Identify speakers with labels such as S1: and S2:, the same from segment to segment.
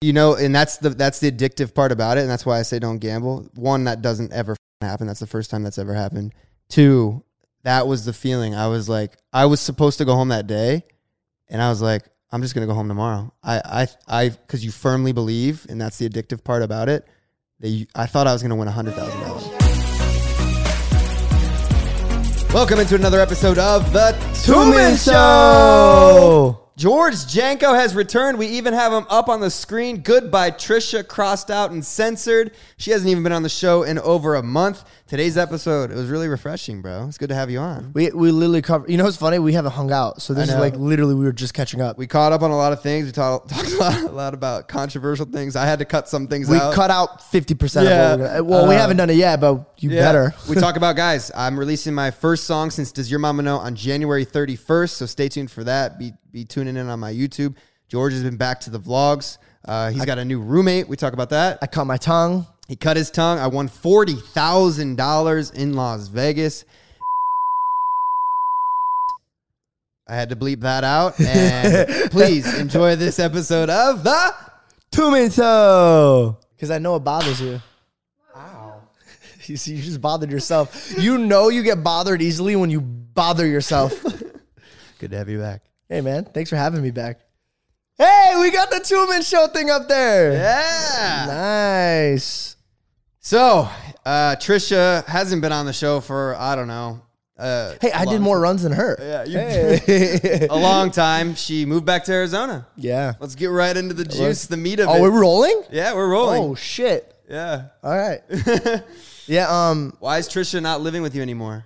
S1: You know, and that's the that's the addictive part about it, and that's why I say don't gamble. One, that doesn't ever f***ing happen. That's the first time that's ever happened. Two, that was the feeling. I was like, I was supposed to go home that day, and I was like, I'm just gonna go home tomorrow. I I I because you firmly believe, and that's the addictive part about it. That you, I thought I was gonna win hundred thousand dollars. Welcome into another episode of the Two Minute Show. George Janko has returned. We even have him up on the screen. Goodbye, Trisha, crossed out and censored. She hasn't even been on the show in over a month. Today's episode, it was really refreshing, bro. It's good to have you on.
S2: We we literally cover. You know what's funny? We haven't hung out, so this
S1: I
S2: is
S1: know.
S2: like literally we were just catching up. We,
S1: We caught up on a lot of things. We talked, talked a, lot, a lot about controversial things. I had to cut some things out.
S2: cut out fifty percent.
S1: Yeah.
S2: of what we're gonna, Well, we
S1: Uh,
S2: haven't done it yet, but you
S1: Yeah.
S2: better.
S1: we talk about guys. I'm releasing my first song since Does Your Mama Know on January 31st. So stay tuned for that. Be be tuning in on my YouTube. George has been back to the vlogs. Uh, he's got a new roommate. We talk about that.
S2: I cut my tongue.
S1: He cut his tongue. I won forty thousand dollars in Las Vegas. I had to bleep that out. And please enjoy this episode of the.
S2: Two minutes though, because I know it bothers you. Ow! you see, you just bothered yourself. You know you get bothered easily when you bother yourself.
S1: Good to have you back.
S2: hey man, thanks for having me back. Hey, we got the two minute show thing up there.
S1: Yeah.
S2: Nice.
S1: So uh, Trisha hasn't been on the show for I don't know. Uh,
S2: Hey, I did more runs than her.
S1: Yeah, you-
S2: Hey.
S1: a long time. She moved back to Arizona.
S2: yeah.
S1: Let's get right into the juice, the meat of
S2: Oh,
S1: it.
S2: we're rolling?
S1: yeah, we're rolling.
S2: Oh shit.
S1: Yeah.
S2: All right. yeah, um
S1: Why is Trisha not living with you anymore?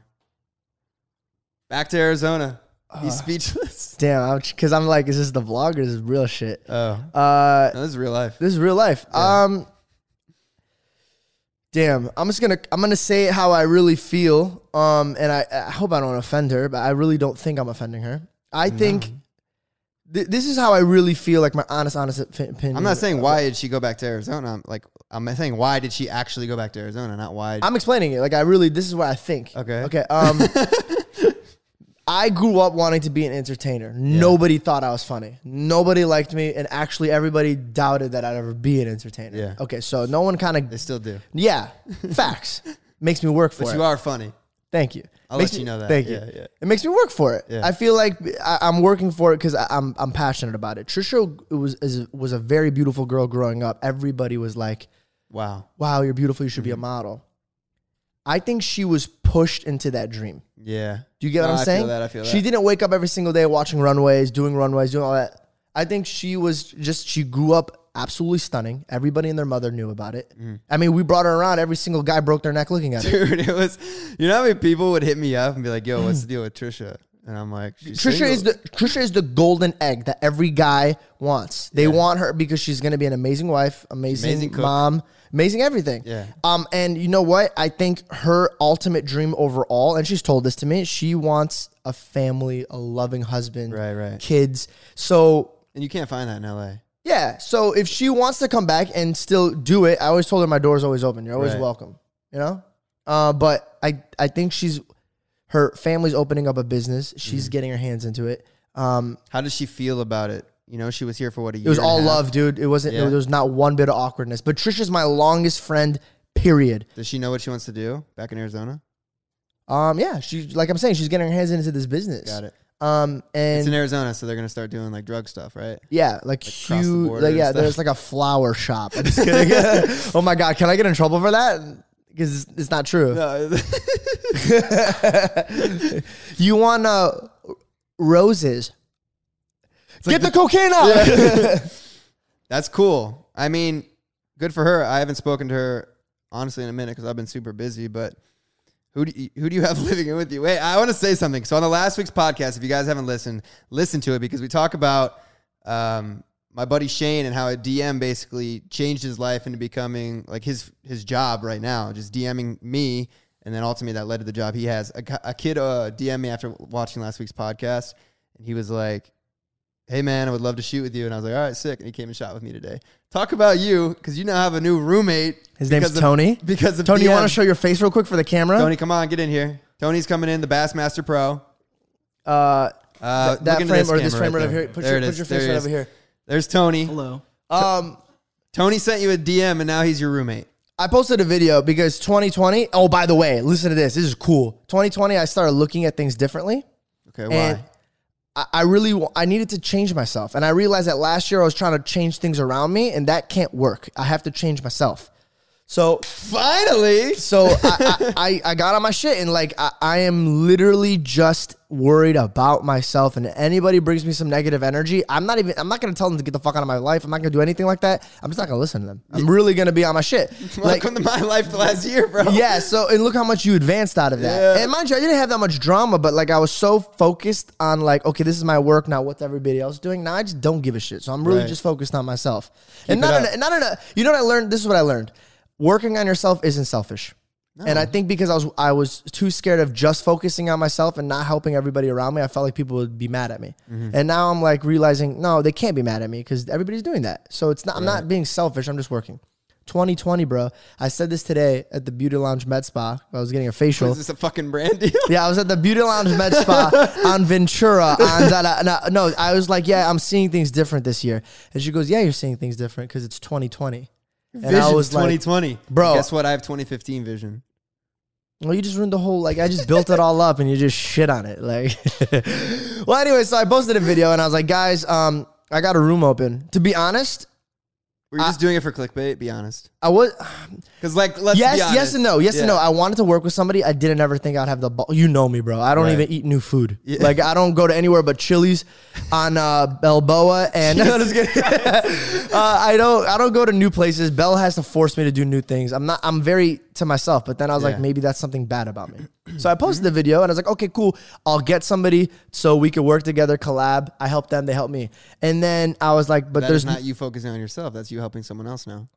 S1: Back to Arizona. He's speechless.
S2: damn, I'm cuz I'm like is this the vlog or is this real shit?
S1: Oh,
S2: Uh
S1: no, this is real life.
S2: this is real life. Um Damn, I'm just going to I'm going to say it how I really feel. Um and I I hope I don't offend her, but I really don't think I'm offending her. I think th- this is how I really feel like my honest honest op- opinion.
S1: I'm not saying why did she go back to Arizona. I'm like I'm saying why did she actually go back to Arizona, not why.
S2: I'm explaining it. Like I really, this is what I think.
S1: Okay.
S2: Okay. Um, I grew up wanting to be an entertainer. Nobody thought I was funny. Nobody liked me, and actually, everybody doubted that I'd ever be an entertainer.
S1: Yeah.
S2: Okay. So no one kind
S1: they
S2: of.
S1: still do.
S2: Yeah. Facts makes me work for
S1: But
S2: it.
S1: you are funny.
S2: Thank you.
S1: I'll
S2: Makes
S1: let you
S2: me-
S1: know that.
S2: Thank
S1: Yeah,
S2: you.
S1: yeah.
S2: It makes me work for it.
S1: Yeah.
S2: I feel like I, I'm working for it because I'm I'm passionate about it. Trisha was is, was a very beautiful girl growing up. Everybody was like,
S1: Wow.
S2: wow, you're beautiful. You should
S1: Mm-hmm.
S2: be a model. I think she was pushed into that dream.
S1: Yeah.
S2: Do you get
S1: No,
S2: what I'm
S1: I feel
S2: saying?
S1: that, I feel
S2: she
S1: that.
S2: didn't wake up every single day watching runways, doing runways, doing all that. I think she was just, she grew up absolutely stunning. Everybody and their mother knew about it.
S1: Mm.
S2: I mean, we brought her around. Every single guy broke their neck looking at her.
S1: Dude, it was. You know how many people would hit me up and be like, "Yo, what's the deal with Trisha?" And I'm like, She's
S2: Trisha
S1: single."
S2: is the Trisha is the golden egg that every guy wants. They want her because she's going to be an amazing wife, amazing,
S1: Amazing cook.
S2: mom, amazing everything.
S1: Yeah.
S2: Um, and you know what? I think her ultimate dream overall, and she's told this to me, she wants a family, a loving husband,
S1: Right, right.
S2: kids. So
S1: and you can't find that in L.A.
S2: yeah. So if she wants to come back and still do it, I always told her my door's always open. You're always
S1: Right.
S2: welcome. You know? Uh, but I I think she's her family's opening up a business. She's
S1: Mm-hmm.
S2: getting her hands into it. Um,
S1: How does she feel about it? You know, she was here for what a year.
S2: it was
S1: and a
S2: all
S1: half.
S2: love, dude. It wasn't
S1: Yeah.
S2: there was not one bit of awkwardness. But Trisha's my longest friend, period.
S1: Does she know what she wants to do back in Arizona?
S2: Um, yeah, she like I'm saying, she's getting her hands into this business.
S1: Got it.
S2: Um and
S1: It's in Arizona, so they're gonna start doing like drug stuff, right?
S2: Yeah, like,
S1: the
S2: huge.
S1: border
S2: like,
S1: and
S2: yeah,
S1: stuff.
S2: there's like a flower shop. I'm just kidding. oh my god, can I get in trouble for that? Because it's, it's not true.
S1: No,
S2: You want uh, roses?
S1: like
S2: get the, cocaine out.
S1: that's cool. I mean, good for her. I haven't spoken to her honestly in a minute because I've been super busy. But who do you, who do you have living in with you? Wait, I want to say something. So on the last week's podcast, if you guys haven't listened, listen to it because we talk about um, my buddy Shane and how a DM basically changed his life into becoming like his his job right now, just DMing me. And then ultimately that led to the job he has. A, ki- a kid uh, DM me after watching last week's podcast, and he was like, hey man, I would love to shoot with you. And I was like, all right, sick. And he came and shot with me today. Talk about you, because you now have a new roommate.
S2: His name's
S1: because of-
S2: Tony?
S1: Because of
S2: Tony, you
S1: DM.
S2: want to show your face real quick for the camera?
S1: Tony, come on, get in here. Tony's coming in, the Bassmaster Pro.
S2: uh,
S1: Uh,
S2: that
S1: look into
S2: frame or this
S1: camera
S2: frame right
S1: there.
S2: over here. Put
S1: There
S2: your,
S1: it
S2: put
S1: is.
S2: your
S1: There
S2: face
S1: it
S2: right
S1: is.
S2: over here.
S1: There's Tony.
S3: Hello.
S2: Um,
S1: Tony sent you a DM and now he's your roommate.
S2: I posted a video because 2020. Oh, by the way, listen to this. This is cool. 2020, I started looking at things differently,
S1: Okay,
S2: and
S1: why?
S2: I, I really wa- I needed to change myself. And I realized that last year I was trying to change things around me, and that can't work. I have to change myself. So
S1: Finally,
S2: so I, I, I, I got on my shit and like I, I am literally just worried about myself and anybody brings me some negative energy i'm not even i'm not gonna tell them to get the fuck out of my life i'm not gonna do anything like that i'm just not gonna listen to them i'm really gonna be on my shit like
S1: welcome to my life the last year, bro.
S2: yeah so and look how much you advanced out of that
S1: Yeah.
S2: and mind you i didn't have that much drama but like i was so focused on like okay this is my work now what's everybody else doing now i just don't give a shit so i'm really
S1: Right.
S2: just focused on myself
S1: it
S2: and not in
S1: up.
S2: a, not in a, you know what i learned this is what i learned working on yourself isn't selfish and I think because I was I was too scared of just focusing on myself and not helping everybody around me, I felt like people would be mad at me.
S1: Mm-hmm.
S2: And now I'm like realizing, no, they can't be mad at me because everybody's doing that. So it's not I'm not being selfish. I'm just working. 2020, bro. I said this today at the Beauty Lounge Med Spa. I was getting a facial.
S1: Is this a fucking brand deal?
S2: Yeah, I was at the Beauty Lounge Med Spa on Ventura. On that, uh, no, no, I was like, yeah, I'm seeing things different this year. And she goes, yeah, you're seeing things different because it's 2020. And I
S1: Vision's
S2: was like,
S1: 2020.
S2: bro.
S1: Guess what? I have 2015 vision.
S2: Well, you just ruined the whole like I just built it all up and you just shit on it. Like Well, anyway, so I posted a video and I was like, guys, um, I got a room open. To be honest,
S1: We're you just doing it for clickbait. Be honest,
S2: I was
S1: because like let's
S2: yes,
S1: be honest.
S2: yes and no, yes and
S1: Yeah.
S2: no. I wanted to work with somebody. I didn't ever think I'd have the ball. You know me, bro. I don't
S1: Right.
S2: even eat new food.
S1: Yeah.
S2: Like I don't go to anywhere but Chili's on uh, Balboa and No, just kidding. uh, I don't I don't go to new places. Bell has to force me to do new things. I'm not I'm very to myself, but then I was like
S1: Yeah.
S2: maybe that's something bad about me. So I posted the video and I was like, okay, cool. I'll get somebody so we could work together, collab. I help them, they help me. And then I was like, but
S1: That
S2: there's
S1: is not you focusing on yourself. That's you helping someone else now.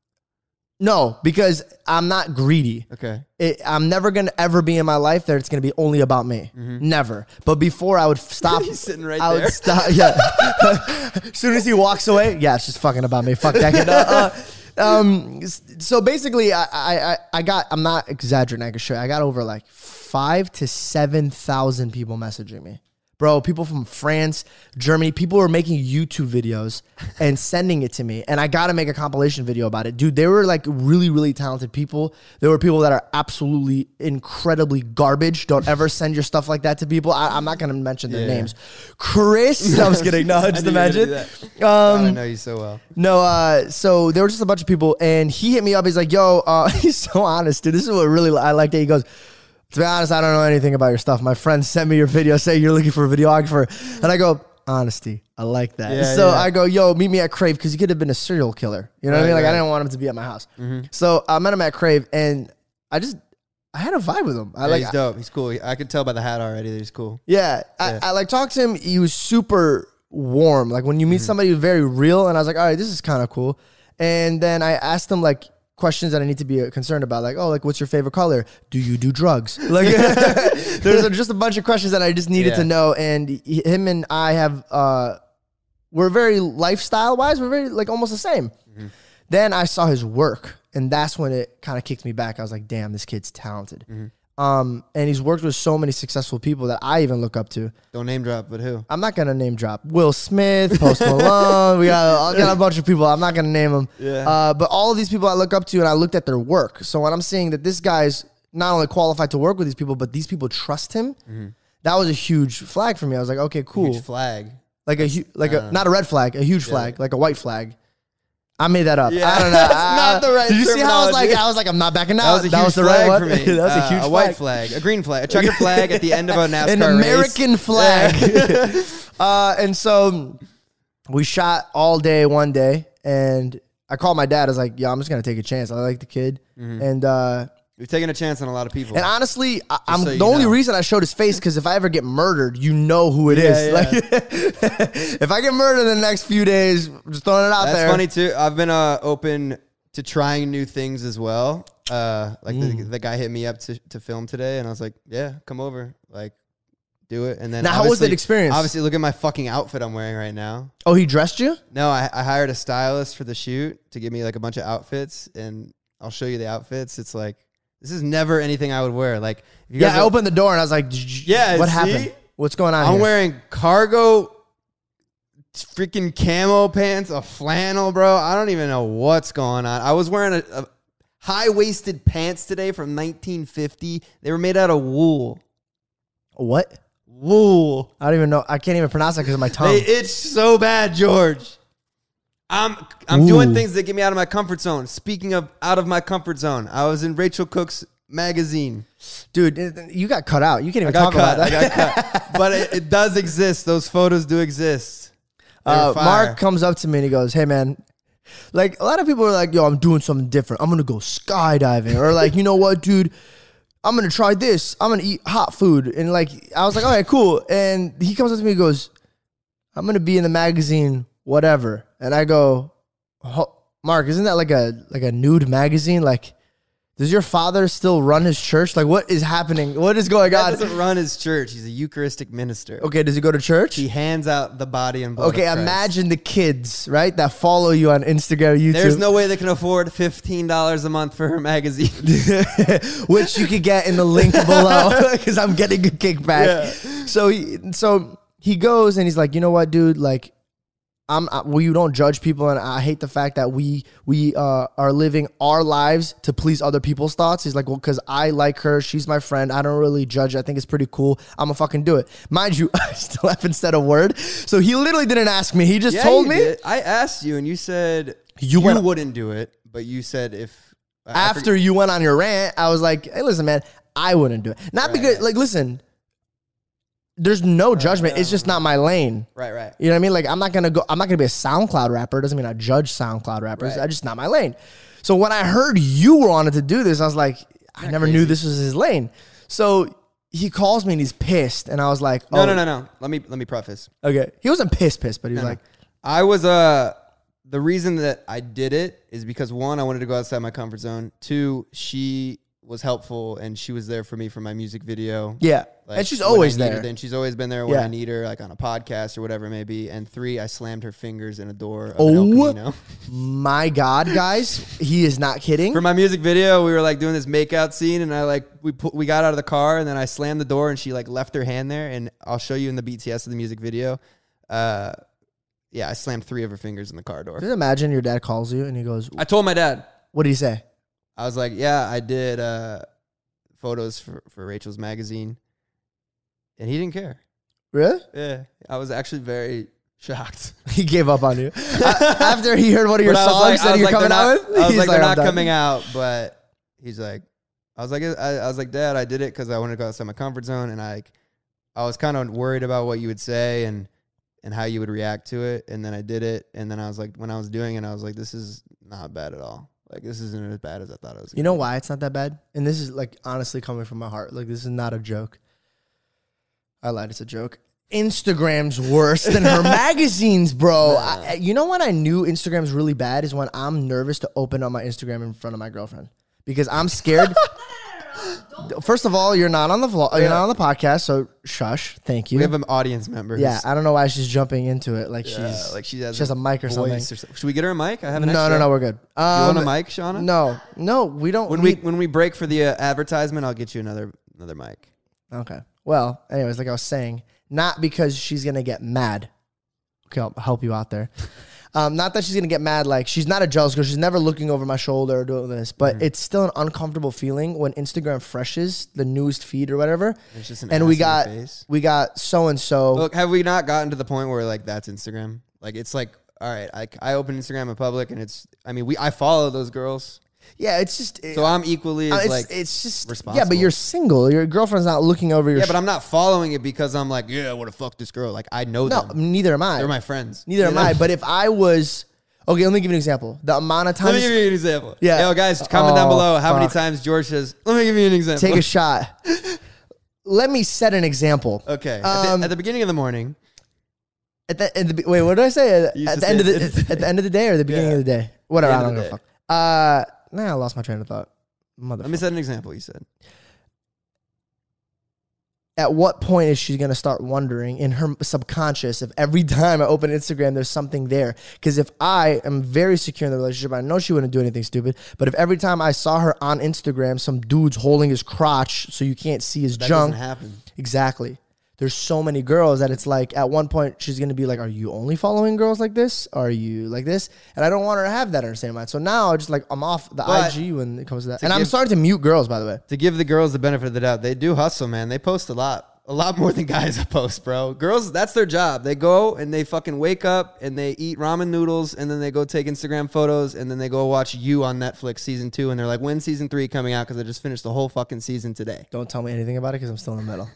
S2: no because I'm not greedy.
S1: Okay.
S2: It, I'm never gonna ever be in my life that it's gonna be only about me. Never. But before I would f- stop.
S1: Mm-hmm. He's sitting right
S2: I
S1: there.
S2: would stop. Yeah. as soon as he walks away, yeah, it's just fucking about me. Fuck that kid. Uh, uh, um. s- So basically, I, I I I got. I'm not exaggerating. I can show. you. I got over like five to seven thousand people messaging me. Bro, people from France, Germany, people were making YouTube videos and sending it to me. And I got to make a compilation video about it. Dude, they were like really, really talented people. There were people that are absolutely incredibly garbage. Don't ever send your stuff like that to people. I, I'm not going to mention their
S1: Yeah.
S2: names. Chris, I was kidding. No, Uh, just
S1: knew you were gonna do
S2: imagine.
S1: that. God, I
S2: Um,
S1: know you so well.
S2: no, uh, so there were just a bunch of people, and he hit me up. He's like, "Yo, uh, he's so honest, dude. This is what really I liked it." He goes, "To be honest, I don't know anything about your stuff. My friend sent me your video, saying you're looking for a videographer," and I go, "Honesty, I like that."
S1: Yeah,
S2: so
S1: yeah.
S2: I go, "Yo, meet me at Crave because he could have been a serial killer." You know what I
S1: Right,
S2: mean? Like
S1: right.
S2: I
S1: Mm-hmm.
S2: didn't want him to be at my house. So I met him at Crave, and I just I had a vibe with him. I
S1: Yeah,
S2: like
S1: he's dope. He's cool. I could tell by the hat already that he's cool.
S2: yeah, I, I like talked to him. He was super warm. Like when you meet somebody who's very real, and I was like, all right, this is kind of cool. And then I asked him like questions that I need to be uh, concerned about, like, oh, like what's your favorite color? Do you do drugs? Like, there's a- just a bunch of questions that I just needed to
S1: Yeah.
S2: know. And he- him and I have, uh, we're very lifestyle wise, we're very like almost the same. Then I saw his work, and that's when it kind of kicked me back. I was like, damn, this kid's talented. Um, and he's worked with so many successful people that I even look up to.
S1: Don't name drop, but who?
S2: I'm not gonna name drop Will Smith, Post Malone. we got, I got a bunch of people. I'm not gonna name them.
S1: Yeah.
S2: Uh, but all of these people I look up to, and I looked at their work. So when I'm seeing that this guy's not only qualified to work with these people, but these people trust him. That was a huge flag for me. I was like, okay, cool
S1: Mm-hmm. Huge Uh. flag.
S2: like a hu- like a not a red flag, a huge flag, like a white flag. I made that up.
S1: Yeah,
S2: I don't know.
S1: that's
S2: I-
S1: not the right
S2: Did you see how I was like?
S1: terminology.
S2: I was like, I'm not backing
S1: That
S2: out.
S1: was a huge
S2: the
S1: flag
S2: right
S1: for
S2: one.
S1: me.
S2: that was
S1: Uh,
S2: a huge
S1: A white flag, a green flag, a checkered flag at the end of a NASCAR
S2: an
S1: race.
S2: American flag. uh, and so we shot all day one day, and I called my dad. I was like, "Yo, I'm just gonna take a chance. I like the kid."
S1: Mm-hmm.
S2: And uh,
S1: We've taken a chance on a lot of people.
S2: and honestly, I, I'm
S1: so you
S2: the only
S1: know.
S2: reason I showed his face because if I ever get murdered, you know who it
S1: Yeah,
S2: is.
S1: yeah.
S2: Like, if I get murdered in the next few days, I'm just throwing it out
S1: That's
S2: there.
S1: funny too. I've been uh, open to trying new things as well. Uh, like the, the guy hit me up to, to film today, and I was like, "Yeah, come over, like, do it." And then
S2: Now, how was that
S1: obviously-
S2: experience?
S1: Obviously, look at my fucking outfit I'm wearing right now.
S2: Oh, he dressed you?
S1: No, I, I hired a stylist for the shoot to give me like a bunch of outfits, and I'll show you the outfits. It's like this is never anything I would wear. Like, if you
S2: Yeah,
S1: guys
S2: I
S1: are-
S2: opened the door and I was like, "Did you-
S1: Yeah,
S2: what
S1: see?
S2: happened? What's going on
S1: I'm
S2: here?"
S1: wearing cargo freaking camo pants, a flannel, bro. I don't even know what's going on. I was wearing a, a high waisted pants today from 1950. They were made out of wool.
S2: What?
S1: Wool.
S2: I don't even know. I can't even pronounce that because of my tongue.
S1: They itch so bad, George. I'm I'm
S2: Ooh.
S1: doing things that get me out of my comfort zone. Speaking of out of my comfort zone, I was in Rachel Cook's magazine.
S2: Dude, it- you got cut out. You can't even
S1: I got
S2: talk
S1: cut.
S2: about
S1: I
S2: that.
S1: got cut. But it, it does exist. Those photos do exist. They were
S2: Uh,
S1: fire.
S2: Mark comes up to me and he goes, "Hey, man." Like a lot of people are like, "Yo, I'm doing something different. I'm gonna go skydiving," or like, "You know what, dude? I'm gonna try this. I'm gonna eat hot food." And like, I was like, "All right, cool." And he comes up to me and goes, "I'm gonna be in the magazine, whatever." And I go, "Ho- "Mark, isn't that like a like a nude magazine? Like, does your father still run his church? Like, what is happening? What is going
S1: God
S2: on?"
S1: doesn't run his church. He's a Eucharistic minister.
S2: Okay, does he go to church?
S1: He hands out the body and blood. of
S2: Okay,
S1: Christ.
S2: imagine the kids, right, that follow you on Instagram, YouTube.
S1: There's no way they can afford fifteen dollars a month for her magazine.
S2: which you could get in the link below because I'm getting a kickback. So he, so he goes and he's like, you know what, dude, like. I'm, I, well, you don't judge people, and I hate the fact that we we uh, are living our lives to please other people's thoughts. He's like, well, because I like her, she's my friend. I don't really judge. I think it's pretty cool. I'm gonna fucking do it, mind you. I still haven't said a word, so he literally didn't ask me. He just
S1: Yeah,
S2: told
S1: you
S2: me.
S1: did. I asked you, and you said
S2: You
S1: you,
S2: went-
S1: wouldn't do it, but you said if I- I
S2: after you went on your rant, I was like, hey, listen, man, I wouldn't do it. Not because, like, listen, there's no judgment. It's just not my lane.
S1: Right, right.
S2: You know what I mean? Like, I'm not gonna go. I'm not gonna be a SoundCloud rapper. Doesn't mean I judge SoundCloud rappers.
S1: Right.
S2: I just not my lane. So when I heard you were on it to do this, I was like, I never knew this was his lane. So he calls me and he's pissed, and I was like,
S1: No,
S2: oh,
S1: no, no, no. Let me let me preface.
S2: Okay, he wasn't pissed, pissed, but he was like,
S1: I was uh the reason that I did it is because one, I wanted to go outside my comfort zone. Two, she was helpful and she was there for me for my music video.
S2: yeah,
S1: Like,
S2: and she's
S1: when I
S2: always
S1: need her,
S2: there.
S1: Then she's always been there when
S2: Yeah.
S1: I need her, like on a podcast or whatever it may be. And three, I slammed her fingers in a door. Of an
S2: Oh.
S1: El Camino.
S2: My God, guys, he is not kidding.
S1: for my music video, we were like doing this makeout scene, and I like we put, we got out of the car, and then I slammed the door, and she like left her hand there, and I'll show you in the BTS of the music video. Uh, yeah, I slammed three of her fingers in the car door.
S2: Just imagine your dad calls you and he goes,
S1: I told my dad.
S2: What did he say?
S1: I was like, yeah, I did uh, photos for, for Rachel's magazine. And he didn't care.
S2: Really?
S1: Yeah. I was actually very shocked.
S2: He gave up on you. A- After he heard one of your
S1: But I was like-
S2: songs
S1: I
S2: that
S1: was
S2: you're
S1: like,
S2: coming
S1: they're
S2: out
S1: not-
S2: with,
S1: I was
S2: he's
S1: like, they're
S2: "I'm
S1: not
S2: done."
S1: coming out, but he's like, I was like, I, I was like, Dad, I did it because I wanted to go outside my comfort zone, and I, like, I was kind of worried about what you would say and and how you would react to it, and then I did it, and then I was like, when I was doing it, I was like, this is not bad at all. Like, this isn't as bad as I thought it was.
S2: You know why it's not that bad? And this is like honestly coming from my heart. Like, this is not a joke. I lied. It's a joke. Instagram's worse than her magazines, bro. I, I- you know when I knew Instagram's really bad is when I'm nervous to open up my Instagram in front of my girlfriend because I'm scared. First of all, you're not on the vlog, you're not on the podcast, so shush. Thank you.
S1: We have an audience member. who's-
S2: Yeah, I don't know why she's jumping into it. Like
S1: uh,
S2: she's
S1: like she has,
S2: she has a mic or
S1: voice
S2: something.
S1: so- Should we get her a mic? I have an
S2: no,
S1: extra.
S2: no, no, we're good.
S1: You
S2: Um,
S1: want a mic, Shauna?
S2: No, no, we don't.
S1: When we
S2: need-
S1: when we break for the uh, advertisement, I'll get you another another mic.
S2: okay. Well, anyways, like I was saying, not because she's gonna get mad. Okay, I'll help you out there. Um, not that she's gonna get mad. Like she's not a jealous girl. She's never looking over my shoulder or doing this. But
S1: Mm.
S2: it's still an uncomfortable feeling when Instagram freshes the newest feed or whatever,
S1: It's just an
S2: and
S1: ass
S2: we
S1: in your
S2: got
S1: face.
S2: we got so and so.
S1: Look, have we not gotten to the point where like that's Instagram? Like it's like all right, I, I open Instagram in public, and it's I mean we I follow those girls,
S2: Yeah, it's just it-
S1: so I'm equally
S2: it's
S1: as like
S2: it's just yeah.
S1: responsible.
S2: But you're single. Your girlfriend's not looking over your.
S1: yeah, but I'm not following it because I'm like yeah, I want to fuck this girl. Like I know
S2: No,
S1: them,
S2: neither am I.
S1: they're my friends.
S2: neither
S1: you
S2: am
S1: know?
S2: I. But if I was okay, let me give you an example. The amount of
S1: Let me give
S2: times
S1: you an example.
S2: Yeah.
S1: yo guys, comment down
S2: Oh,
S1: below how many
S2: fuck.
S1: times George says. Let me give you an example. Uh,
S2: take a shot. Let me set an example.
S1: okay. At the-
S2: Um,
S1: at the beginning of the morning,
S2: At the, at the be- wait, what did I say? At,
S1: You used
S2: at
S1: to
S2: the end of
S1: say
S2: the at the end of the day or the beginning
S1: Yeah.
S2: of the day? Whatever. I
S1: end of
S2: don't
S1: the
S2: give a fuck. Uh, nah, I lost my train of thought. Mother.
S1: let me set an example. You said.
S2: At what point is she gonna start wondering in her subconscious if every time I open Instagram there's something there? Because if I am very secure in the relationship, I know she wouldn't do anything stupid. But if every time I saw her on Instagram, some dude's holding his crotch so you can't see his
S1: That
S2: junk,
S1: doesn't happen.
S2: Exactly. there's so many girls that it's like at one point she's gonna be like, "Are you only following girls like this? Are you like this?" And I don't want her to have that in her same mind. So now I just like I'm off the
S1: But-
S2: IG when it comes to that, and I'm
S1: give-
S2: starting to mute girls by the way.
S1: to give the girls the benefit of the doubt, they do hustle, man. They post a lot, a lot more than guys post, bro. Girls, that's their job. They go and they fucking wake up and they eat ramen noodles and then they go take Instagram photos and then they go watch you on Netflix season two and they're like, when season three coming out? Because I just finished the whole fucking season today.
S2: Don't tell me anything about it because I'm still in the middle.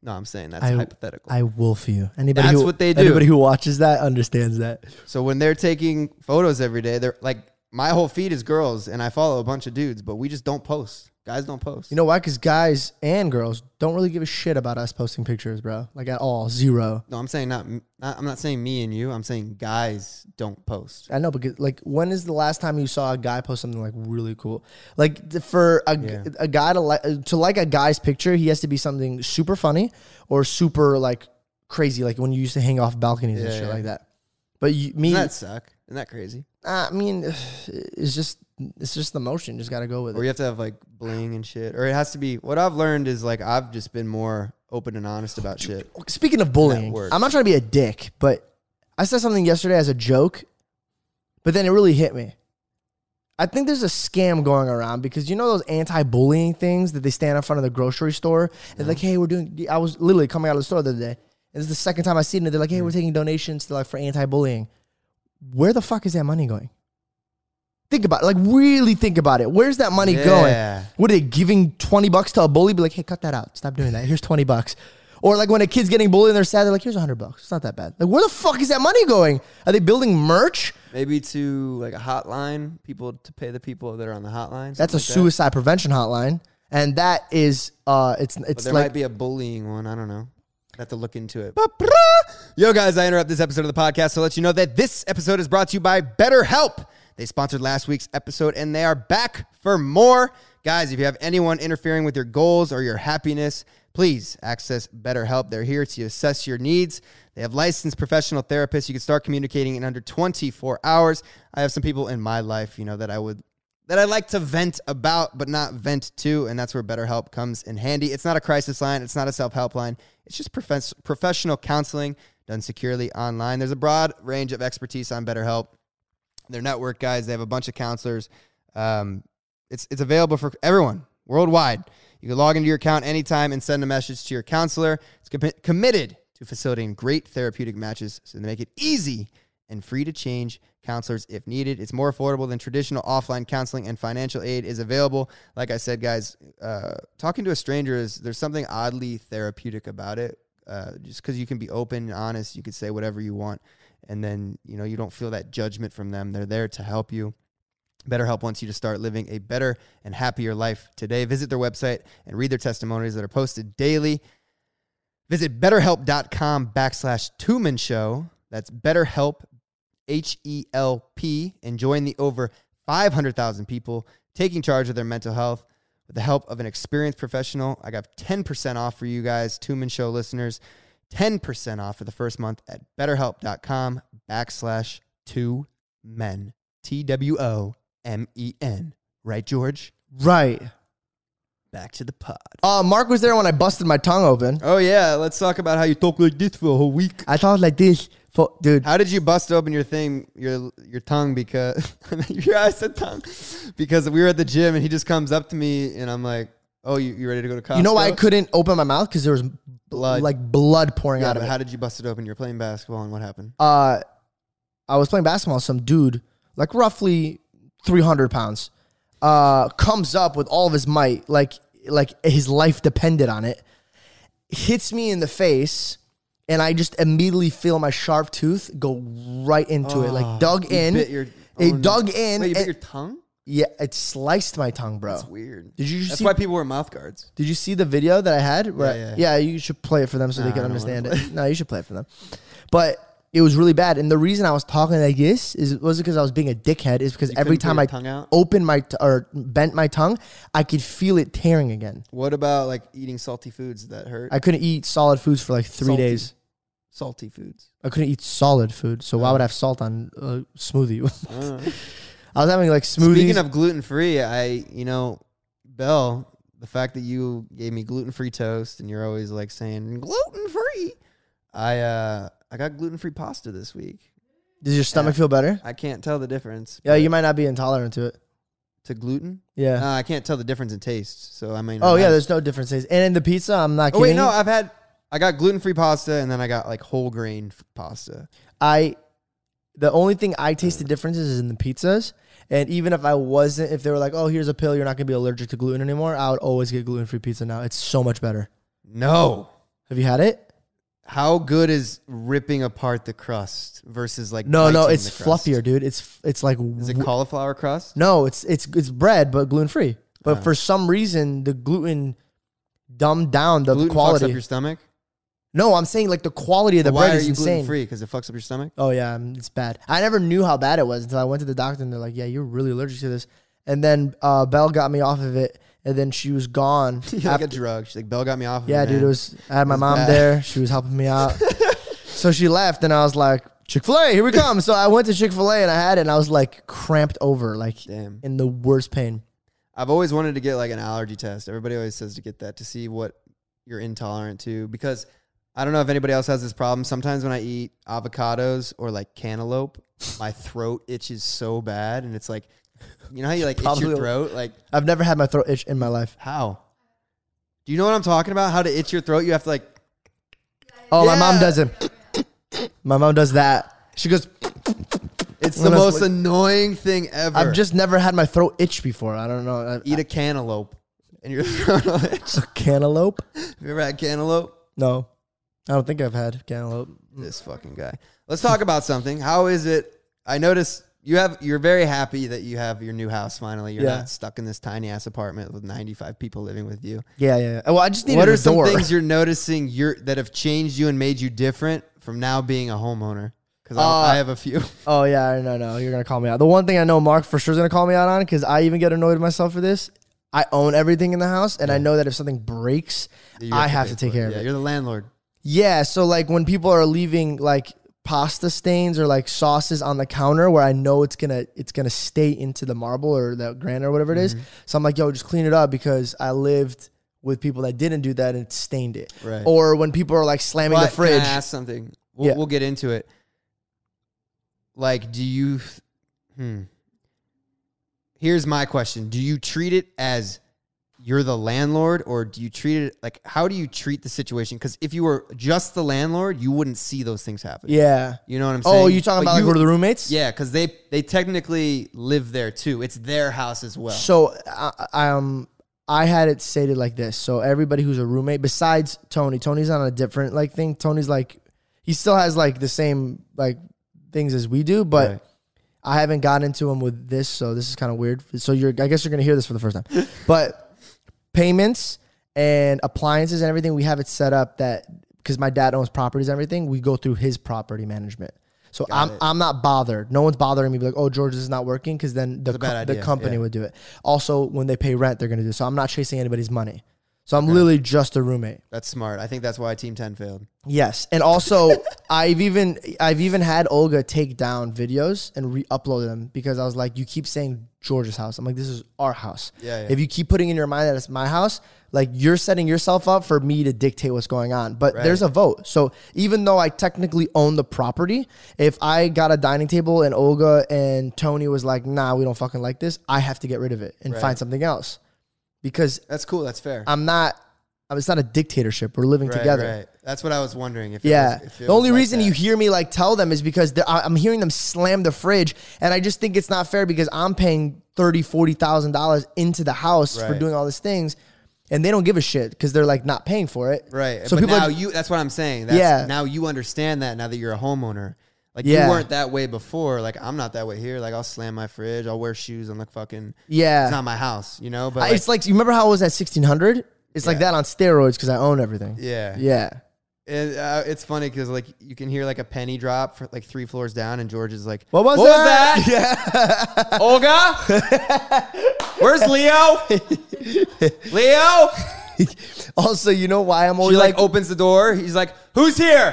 S1: No, I'm saying that's
S2: I-
S1: hypothetical.
S2: I wolf you. Anybody
S1: That's
S2: who,
S1: what they do.
S2: Anybody who watches that understands that.
S1: so when they're taking photos every day, they're like, my whole feed is girls and I follow a bunch of dudes, but we just don't post. Guys don't post.
S2: You know why? Because guys and girls don't really give a shit about us posting pictures, bro. Like at all, zero.
S1: no, I'm saying not, not. I'm not saying me and you. I'm saying guys don't post.
S2: I know because like when is the last time you saw a guy post something like really cool? Like th- for a, g-
S1: Yeah.
S2: a guy to like to like a guy's picture, he has to be something super funny or super like crazy, like when you used to hang off balconies and
S1: Yeah,
S2: shit
S1: yeah.
S2: like that. But you, me,
S1: Doesn't that suck? Isn't that crazy?
S2: I mean, it's just it's just the motion. Just gotta go with
S1: Or
S2: it.
S1: you have to have like bling and shit. Or it has to be what I've learned is like I've just been more open and honest
S2: Oh,
S1: about shit.
S2: Speaking of bullying,
S1: works.
S2: I'm not trying to be a dick, but I said something yesterday as a joke, but then it really hit me. I think there's a scam going around because you know those anti-bullying things that they stand in front of the grocery store and like, hey, we're doing. I was literally coming out of the store the other day. And it's the second time I seen it. They're like, hey,
S1: Mm.
S2: we're taking donations to like for anti-bullying. Where the fuck is that money going? Think about it. Like, really think about it. Where's that money
S1: Yeah.
S2: going? What are they giving 20 bucks to a bully? Be like, hey, cut that out. Stop doing that. Here's 20 bucks. Or like when a kid's getting bullied and they're sad, they're like, here's 100 bucks. It's not that bad. Like, where the fuck is that money going? Are they building merch?
S1: Maybe to like a hotline, people to pay the people that are on the hotline.
S2: That's a
S1: something like that.
S2: suicide prevention hotline. And that is, uh, it's,
S1: But
S2: it's
S1: there
S2: like,
S1: might be a bullying one. I don't know. I have to look into it. Yo, guys, I interrupt this episode of the podcast to let you know that this episode is brought to you by BetterHelp. They sponsored last week's episode and they are back for more. Guys, if you have anyone interfering with your goals or your happiness, please access BetterHelp. They're here to assess your needs. They have licensed professional therapists. You can start communicating in under 24 hours. I have some people in my life, you know, that I would that I like to vent about, but not vent to, and that's where BetterHelp comes in handy. It's not a crisis line, it's not a self help line, it's just profes- professional counseling done securely online. There's a broad range of expertise on BetterHelp. They're network guys, they have a bunch of counselors. Um, it's, it's available for everyone worldwide. You can log into your account anytime and send a message to your counselor. It's com- committed to facilitating great therapeutic matches so they make it easy and free to change counselors if needed. It's more affordable than traditional offline counseling, and financial aid is available. Like I said, guys, uh, talking to a stranger is there's something oddly therapeutic about it. Uh, just because you can be open and honest, you can say whatever you want, and then you know you don't feel that judgment from them. They're there to help you. BetterHelp wants you to start living a better and happier life today. Visit their website and read their testimonies that are posted daily. Visit betterhelp.com backslash Tumen Show. That's betterhelp, H E L P, and join the over 500,000 people taking charge of their mental health with the help of an experienced professional. I got 10% off for you guys, Tumen Show listeners. 10% off for the first month at betterhelp.com backslash two men. T W O M E N. Right, George?
S2: right.
S1: Back to the pod.
S2: Uh, Mark was there when I busted my tongue open.
S1: Oh yeah, let's talk about how you talk like this for a whole week.
S2: I talked like this, for, dude.
S1: How did you bust open your thing, your your tongue? Because your I said tongue, because we were at the gym and he just comes up to me and I'm like, "Oh, you, you ready to go to Costco?"
S2: You know why I couldn't open my mouth? Because there was
S1: Blood.
S2: blood. like blood pouring
S1: Yeah,
S2: out of
S1: but
S2: it.
S1: how did you bust it open? You're playing basketball and what happened?
S2: uh, I was playing basketball. Some dude, like roughly 300 pounds, uh, comes up with all of his might, like like his life depended on it. Hits me in the face, and I just immediately feel my sharp tooth go right into it, like dug
S1: You
S2: in.
S1: bit your-
S2: it
S1: oh, no.
S2: dug in.
S1: Wait, you bit
S2: and-
S1: your tongue?
S2: yeah, it sliced my tongue, bro.
S1: That's weird.
S2: Did you
S1: That's
S2: see-
S1: why people wear mouth guards.
S2: Did you see the video that I had? Where
S1: Yeah, yeah.
S2: yeah, you should play it for them so they
S1: Nah,
S2: can
S1: I don't wanna
S2: understand it. No, you should play it for them. But it was really bad, and the reason I was talking like this is was because I was being a dickhead. Is because every
S1: couldn't put
S2: time
S1: your
S2: I
S1: tongue out?
S2: opened my t- or bent my tongue, I could feel it tearing again.
S1: What about like eating salty foods Did that hurt?
S2: I couldn't eat solid foods for like three
S1: Salty.
S2: days.
S1: salty foods.
S2: I couldn't eat solid food, so
S1: Oh.
S2: why would I have salt on a smoothie? I was having like smoothies.
S1: Speaking of gluten free, I you know Bell the fact that you gave me gluten free toast and you're always like saying gluten free. I uh I got gluten free pasta this week.
S2: Does your stomach feel better?
S1: I can't tell the difference.
S2: Yeah,
S1: but-
S2: you might not be intolerant to it.
S1: to gluten.
S2: Yeah.
S1: Uh, I can't tell the difference in taste. So I mean,
S2: oh
S1: I'm
S2: yeah,
S1: not-
S2: there's no differences. And in the pizza, I'm not
S1: Oh
S2: kidding.
S1: wait, no, I've had I got gluten free pasta and then I got like whole grain f- pasta.
S2: I the only thing I taste the differences is in the pizzas. And even if I wasn't, if they were like, "Oh, here's a pill, you're not gonna be allergic to gluten anymore," I would always get gluten free pizza now. It's so much better.
S1: No.
S2: Have you had it?
S1: How good is ripping apart the crust versus like
S2: No, no,
S1: biting
S2: it's
S1: the crust?
S2: fluffier, dude. It's it's like
S1: Is it cauliflower crust?
S2: no, it's it's it's bread but gluten free.
S1: Ah.
S2: But for some reason, the gluten dumbed down the
S1: gluten
S2: quality.
S1: fucks up your stomach.
S2: no, I'm saying like the quality of the
S1: Why
S2: bread
S1: are
S2: is
S1: you gluten
S2: insane.
S1: free? Because it fucks up your stomach.
S2: Oh yeah, um, it's bad. I never knew how bad it was until I went to the doctor and they're like, "Yeah, you're really allergic to this." And then uh, Belle got me off of it, and then she was gone.
S1: like
S2: after-
S1: a drug. She's like, Bell got me off. Of
S2: yeah,
S1: it,
S2: dude, it
S1: man."
S2: was. I had my
S1: was
S2: mom
S1: bad.
S2: there. She was helping me out. so she left, and I was like, "Chick Fil A, here we come!" So I went to Chick Fil A and I had it, and I was like cramped over, like
S1: Damn.
S2: in the worst pain.
S1: I've always wanted to get like an allergy test. Everybody always says to get that to see what you're intolerant to because I don't know if anybody else has this problem. Sometimes when I eat avocados or like cantaloupe, my throat itches so bad and it's like you know how you like itch
S2: Probably-
S1: your throat? Like
S2: I've never had my throat itch in my life.
S1: how? Do you know what I'm talking about? How to itch your throat? You have to like
S2: Oh, my mom
S1: Yeah.
S2: does it. my mom does that. She goes,
S1: it's the
S2: When I was
S1: most
S2: like-
S1: annoying thing ever.
S2: "I've just never had my throat itch before. I don't know." I-
S1: eat a cantaloupe and your throat will itch.
S2: A cantaloupe?
S1: Have you ever had cantaloupe?
S2: No. I don't think I've had cantaloupe.
S1: this fucking guy. Let's talk about something. How is it? I notice you have you're very happy that you have your new house finally. You're
S2: Yeah.
S1: not stuck in this tiny ass apartment with 95 people living with you.
S2: Yeah, yeah. yeah. Well, I just needed
S1: what
S2: a
S1: are some
S2: door.
S1: things you're noticing you're, that have changed you and made you different from now being a homeowner? Because
S2: Uh,
S1: I have a few.
S2: Oh yeah, no, no. You're gonna call me out. The one thing I know Mark for sure is gonna call me out on because I even get annoyed at myself for this. I own everything in the house, and I know that if something breaks,
S1: that you
S2: I have
S1: pay
S2: to take
S1: for.
S2: care of
S1: yeah,
S2: it.
S1: You're the landlord.
S2: Yeah, so like when people are leaving like pasta stains or like sauces on the counter where I know it's gonna it's gonna stay into the marble or the granite or whatever it is. So I'm like, yo, just clean it up because I lived with people that didn't do that and it stained it.
S1: Right.
S2: Or when people are like slamming
S1: But
S2: the fridge.
S1: Can I ask something? We'll,
S2: Yeah.
S1: we'll get into it. Like, do you? Hmm. Here's my question: Do you treat it as you're the landlord, or do you treat it like how do you treat the situation? Because if you were just the landlord, you wouldn't see those things happen.
S2: Yeah.
S1: You know what I'm saying?
S2: Oh, you talking
S1: But
S2: about like
S1: you-
S2: we're the roommates?
S1: yeah, because they they technically live there too. It's their house as well.
S2: So I, I- um, I had it stated like this. So everybody who's a roommate, besides Tony, Tony's on a different like thing. Tony's like, he still has like the same like things as we do, but
S1: Right.
S2: I haven't gotten into him with this, so this is kind of weird. So you're, I guess you're gonna hear this for the first time, but payments and appliances and everything, we have it set up that because my dad owns properties and everything, we go through his property management. So I'm, I'm not bothered. No one's bothering me. Be like, oh, George, this is not working, because then the,
S1: a bad
S2: co- the
S1: idea,
S2: company
S1: yeah.
S2: would do it. Also, when they pay rent, they're gonna do it. So I'm not chasing anybody's money. So I'm literally just a roommate.
S1: That's smart. I think that's why Team Ten failed.
S2: Yes, and also I've even I've even had Olga take down videos and re-upload them because I was like, you keep saying George's house. I'm like, this is our house.
S1: Yeah, yeah.
S2: If you keep putting in your mind that it's my house, like you're setting yourself up for me to dictate what's going on. But there's a vote, so even though I technically own the property, if I got a dining table and Olga and Tony was like, nah, we don't fucking like this, I have to get rid of it and find something else because
S1: That's cool. That's fair.
S2: I'm not. It's not a dictatorship. We're living
S1: Right,
S2: together.
S1: right. That's what I was wondering. If it
S2: Yeah.
S1: was- if it
S2: the
S1: was
S2: only
S1: like
S2: reason
S1: that.
S2: you hear me like tell them is because they're- I- I'm hearing them slam the fridge, and I just think it's not fair because I'm paying thirty, forty thousand dollars into the house for
S1: Right.
S2: doing all these things, and they don't give a shit because they're like not paying for it.
S1: Right.
S2: So
S1: but
S2: people.
S1: now
S2: are-
S1: you that's what I'm saying. That's,
S2: Yeah.
S1: Now you understand that now that you're a homeowner. Like
S2: Yeah.
S1: you weren't that way before. Like I'm not that way here. Like I'll slam my fridge. I'll wear shoes. I'm like fucking. It's
S2: yeah.
S1: not my house, you know. But
S2: I-
S1: like,
S2: It's like, you remember how I was at sixteen hundred? It's like
S1: Yeah.
S2: that on steroids because I own everything.
S1: yeah,
S2: Yeah.
S1: And, uh, it's funny because like you can hear like a penny drop for like three floors down, and George is like,
S2: What was
S1: that? Olga, where's Leo? Leo."
S2: Yeah. also, you know why I'm
S1: She
S2: always
S1: like oh,
S2: like,
S1: opens the door. He's like, "Who's here?"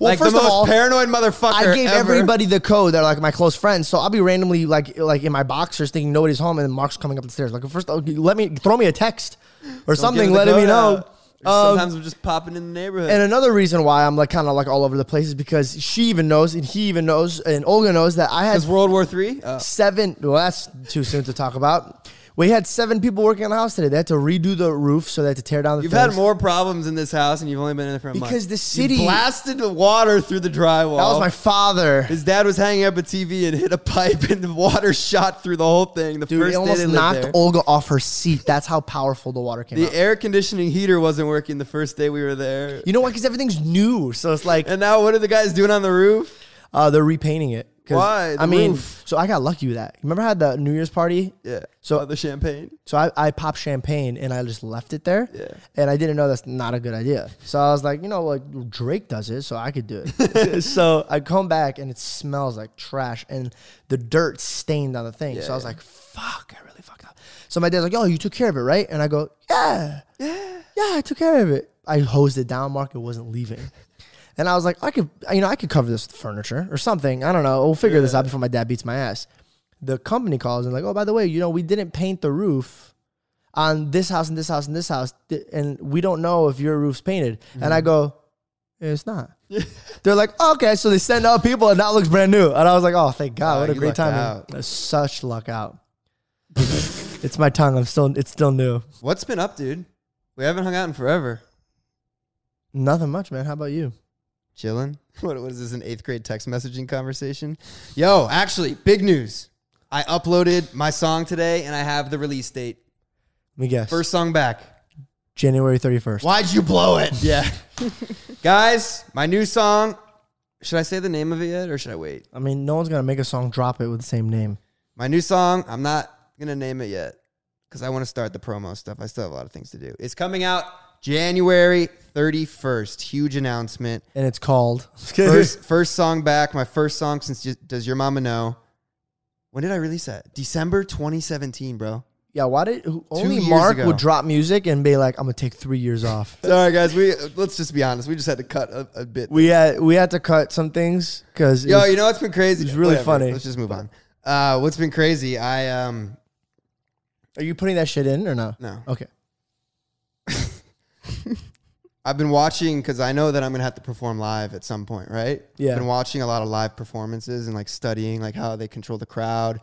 S2: Well,
S1: like
S2: first
S1: the
S2: of
S1: most
S2: all,
S1: paranoid motherfucker.
S2: I gave
S1: ever.
S2: everybody the code. They're like my close friends. So I'll be randomly like like in my boxers thinking nobody's home, and then Mark's coming up the stairs. Like first, let me throw me a text
S1: Don't
S2: or
S1: give
S2: something,
S1: the
S2: letting me
S1: code
S2: know.
S1: out.
S2: Um,
S1: Sometimes I'm just popping in the neighborhood.
S2: and another reason why I'm like kind of like all over the place is because she even knows, and he even knows, and Olga knows that I had
S1: Is World War Three? Oh.
S2: seven. Well, that's too soon to talk about. We had seven people working on the house today. They had to redo the roof, so they had to tear down the.
S1: You've
S2: things.
S1: had more problems in this house, and you've only been in there for a month.
S2: Because the
S1: You
S2: city-
S1: blasted the water through the drywall.
S2: That was my father.
S1: His dad was hanging up a TV and hit a pipe, and the water shot through the whole thing. The
S2: Dude,
S1: first
S2: it almost
S1: day they
S2: knocked
S1: lived there.
S2: Olga off her seat. That's how powerful the water came
S1: the
S2: out.
S1: air conditioning heater wasn't working the first day we were there.
S2: You know why? Because everything's new, so it's like
S1: And now, what are the guys doing on the roof?
S2: uh, they're repainting it. 'Cause,
S1: Why? The
S2: I mean,
S1: roof.
S2: so I got lucky with that. Remember, I had the New Year's party.
S1: Yeah.
S2: So-
S1: Oh, the champagne.
S2: So I, I popped champagne and I just left it there.
S1: Yeah.
S2: And I didn't know that's not a good idea. So I was like, you know, like Drake does it, so I could do it. so I come back and it smells like trash and the dirt stained on the thing. so I was
S1: yeah.
S2: like, fuck, I really fucked up. So my dad's like, oh, you took care of it, right? And I go, yeah. Yeah. Yeah, I took care of it. I hosed it down, Mark. It wasn't leaving. And I was like, I could, you know, I could cover this with furniture or something. I don't know. We'll figure this out before my dad beats my ass. The company calls and like, oh, by the way, you know, we didn't paint the roof on this house and this house and this house, th- and we don't know if your roof's painted. And I
S1: Mm-hmm.
S2: go, it's not. They're like, "Oh, okay, so they send out people, and that looks brand new. And I was like, oh, thank God,
S1: Wow,
S2: what a
S1: you
S2: great
S1: lucked
S2: time!
S1: out.
S2: Such luck out. it's my tongue. I'm still. It's still new.
S1: What's been up, dude? We haven't hung out in forever.
S2: Nothing much, man. How about you?
S1: Chilling. What, what is this? An eighth grade text messaging conversation? Yo, actually, big news. I uploaded my song today, and I have the release date.
S2: Let me guess.
S1: First song back.
S2: January 31st.
S1: Why'd you blow it? Yeah. Guys, my new song. Should I say the name of it yet or should I wait?
S2: I mean, no one's gonna make a song drop it with the same name.
S1: My new song, I'm not going to name it yet because I want to start the promo stuff. I still have a lot of things to do. It's coming out January 31st. Huge announcement.
S2: And it's called.
S1: First, first song back, my first song since Ju- Does Your Mama Know? When did I release that? December 2017, bro.
S2: yeah. Why did who- only
S1: years
S2: Mark
S1: ago.
S2: would drop music and be like, I'm gonna take three years off.
S1: Sorry, guys. We Let's just be honest. We just had to cut a, a bit
S2: we had we had to cut some things because
S1: Yo, you know what's been crazy?
S2: it's really funny.
S1: Let's just move on. Uh, what's been crazy? I um
S2: Are you putting that shit in or no?
S1: no,
S2: Okay.
S1: I've been watching because I know that I'm gonna have to perform live at some point, right?
S2: Yeah.
S1: been watching a lot of live performances and like studying like how they control the crowd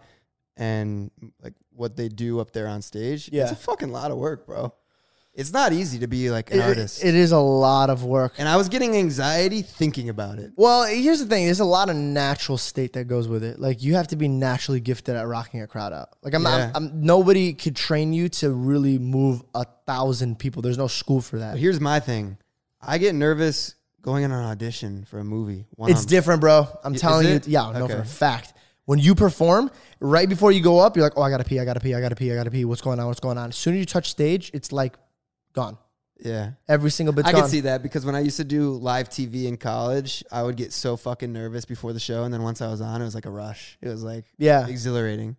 S1: and like what they do up there on stage.
S2: Yeah.
S1: it's a fucking lot of work, bro. It's not easy to be like an
S2: It-
S1: artist,
S2: it is a lot of work.
S1: and I was getting anxiety thinking about it.
S2: Well, here's the thing. There's a lot of natural state that goes with it. Like you have to be naturally gifted at rocking a crowd out. Like I'm,
S1: Yeah.
S2: not I'm, nobody could train you to really move a thousand people. There's no school for that.
S1: But here's my thing: I get nervous going in an audition for a movie. One
S2: It's different, bro. I'm telling you.
S1: Um, it?
S2: Yeah, no, for
S1: Okay.
S2: a fact. When you perform, right before you go up, you're like, oh, I gotta pee, I gotta pee, I gotta pee, I gotta pee. What's going on? What's going on? As soon as you touch stage, it's like gone.
S1: yeah.
S2: Every single bit's
S1: I
S2: gone.
S1: can see that because when I used to do live TV in college, I would get so fucking nervous before the show, and then once I was on, it was like a rush. It was like
S2: Yeah.
S1: exhilarating.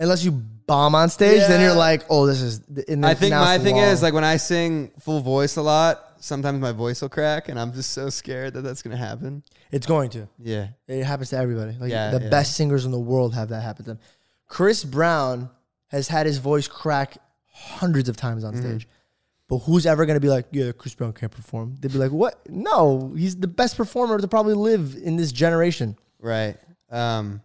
S2: Unless you bomb on stage, then
S1: Yeah.
S2: you're like, oh, this is. And then
S1: I think
S2: now it's
S1: my thing
S2: long.
S1: is like when I sing full voice a lot, sometimes my voice will crack, and I'm just so scared that that's gonna happen.
S2: it's going to.
S1: Yeah,
S2: It happens to everybody. Like
S1: Yeah,
S2: the
S1: yeah.
S2: best singers in the world have that happen to them. Chris Brown has had his voice crack hundreds of times on
S1: Mm-hmm.
S2: stage. But who's ever gonna be like, yeah, Chris Brown can't perform? They'd be like, what? No, he's the best performer to probably live in this generation.
S1: right. Um,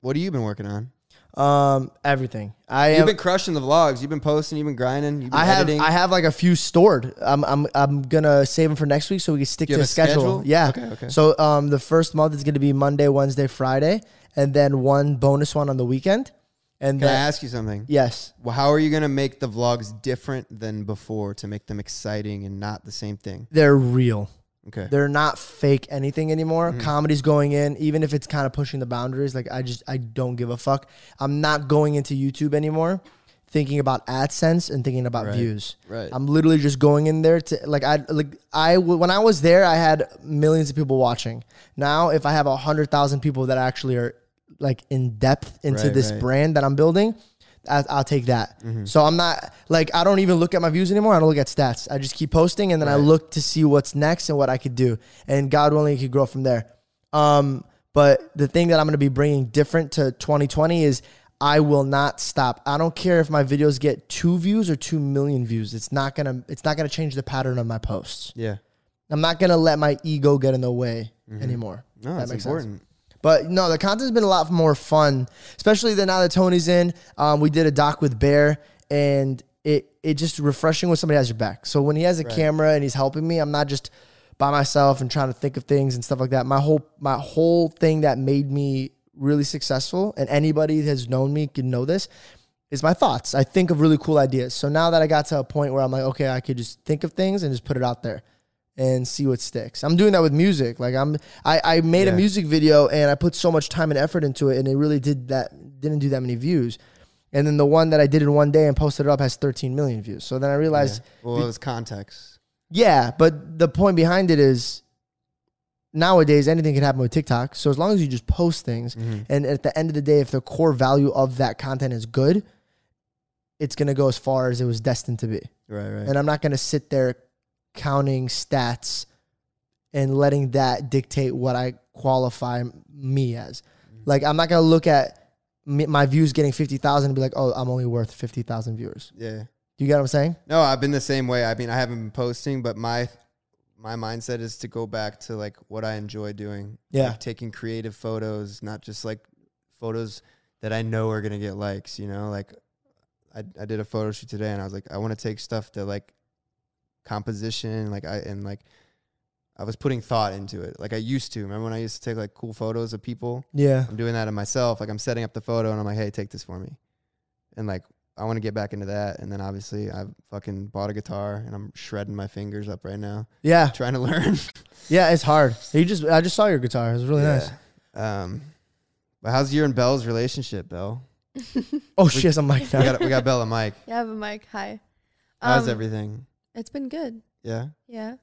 S1: what have you been working on?
S2: Um, everything. I
S1: You've
S2: am.
S1: been crushing the vlogs. You've been posting. You've been grinding. You've been
S2: I have.
S1: editing.
S2: I have like a few stored. I'm. I'm. I'm gonna save them for next week so we can stick
S1: You
S2: to
S1: have
S2: a
S1: a
S2: schedule.
S1: schedule?
S2: Yeah.
S1: Okay, okay.
S2: So um, the first month is gonna be Monday, Wednesday, Friday, and then one bonus one on the weekend, and
S1: Can I
S2: then
S1: ask you something?
S2: yes.
S1: Well, how are you gonna make the vlogs different than before to make them exciting and not the same thing?
S2: they're real.
S1: Okay.
S2: They're not fake anything anymore.
S1: Mm.
S2: Comedy's going in, even if it's kind of pushing the boundaries. Like I just I don't give a fuck. I'm not going into YouTube anymore, thinking about AdSense and thinking about views.
S1: Right.
S2: I'm literally just going in there to like I like I w- when I was there I had millions of people watching. Now if I have a hundred thousand people that actually are like in depth into
S1: Right,
S2: this
S1: right. Mm-hmm.
S2: brand that I'm building, I, I'll take that. So I'm not like I don't even look at my views anymore. I don't look at stats. I just keep posting, and then I look to see what's next and what I could do. And God willing, it could grow from there. Um, but the thing that I'm going to be bringing different to 2020 is I will not stop. I don't care if my videos get two views or two million views. It's not gonna. It's not gonna change the pattern of my posts.
S1: Yeah.
S2: I'm not gonna let my ego get in the way anymore.
S1: Mm-hmm. No,
S2: That
S1: that's
S2: makes sense.
S1: important.
S2: But no, the content's been a lot more fun, especially that now that Tony's in. Um, we did a doc with Bear, and it it just refreshing when somebody has your back. So when he has a camera and he's helping me, I'm not just by myself and trying to think of things and stuff like that. My whole my whole thing that made me really successful, and anybody that has known me can know this, is my thoughts. I think of really cool ideas. So now that I got to a point where I'm like, okay, I could just think of things and just put it out there and see what sticks. I'm doing that with music. Like I'm I, I made a
S1: Yeah.
S2: music video and I put so much time and effort into it and it really did that didn't do that many views. And then the one that I did in one day and posted it up has 13 million views. So then I realized
S1: Well, it was context.
S2: yeah, but the point behind it is nowadays anything can happen with TikTok. So as long as you just post things, and at the end of the day, if the core value of that content is good, it's gonna go as far as it was destined to be.
S1: Right, right.
S2: And I'm not gonna sit there counting stats and letting that dictate what I qualify me as. Like I'm not gonna look at me- my views getting fifty thousand and be like, oh, I'm only worth fifty thousand viewers.
S1: yeah.
S2: You get what I'm saying?
S1: No, I've been the same way. I mean, I haven't been posting, but my my mindset is to go back to like what I enjoy doing.
S2: Yeah.
S1: Like, taking creative photos, not just like photos that I know are gonna get likes. You know, like I I did a photo shoot today, and I was like, I want to take stuff that like composition, like I and like I was putting thought into it, like I used to. Remember when I used to take like cool photos of people?
S2: Yeah.
S1: I'm doing that to myself. Like I'm setting up the photo and I'm like, hey, take this for me. And like I want to get back into that. And then obviously I've fucking bought a guitar and I'm shredding my fingers up right now.
S2: Yeah.
S1: Trying to learn.
S2: Yeah, it's hard. You just I just saw your guitar. It was really nice.
S1: Yeah. Um but how's your and Belle's relationship, Belle?
S2: Oh shit, I'm like
S1: We
S2: that.
S1: got we got Belle and Mike.
S3: Yeah, I have a mic. Hi.
S1: How's
S3: Um,
S1: everything?
S3: It's been good.
S1: Yeah.
S3: Yeah.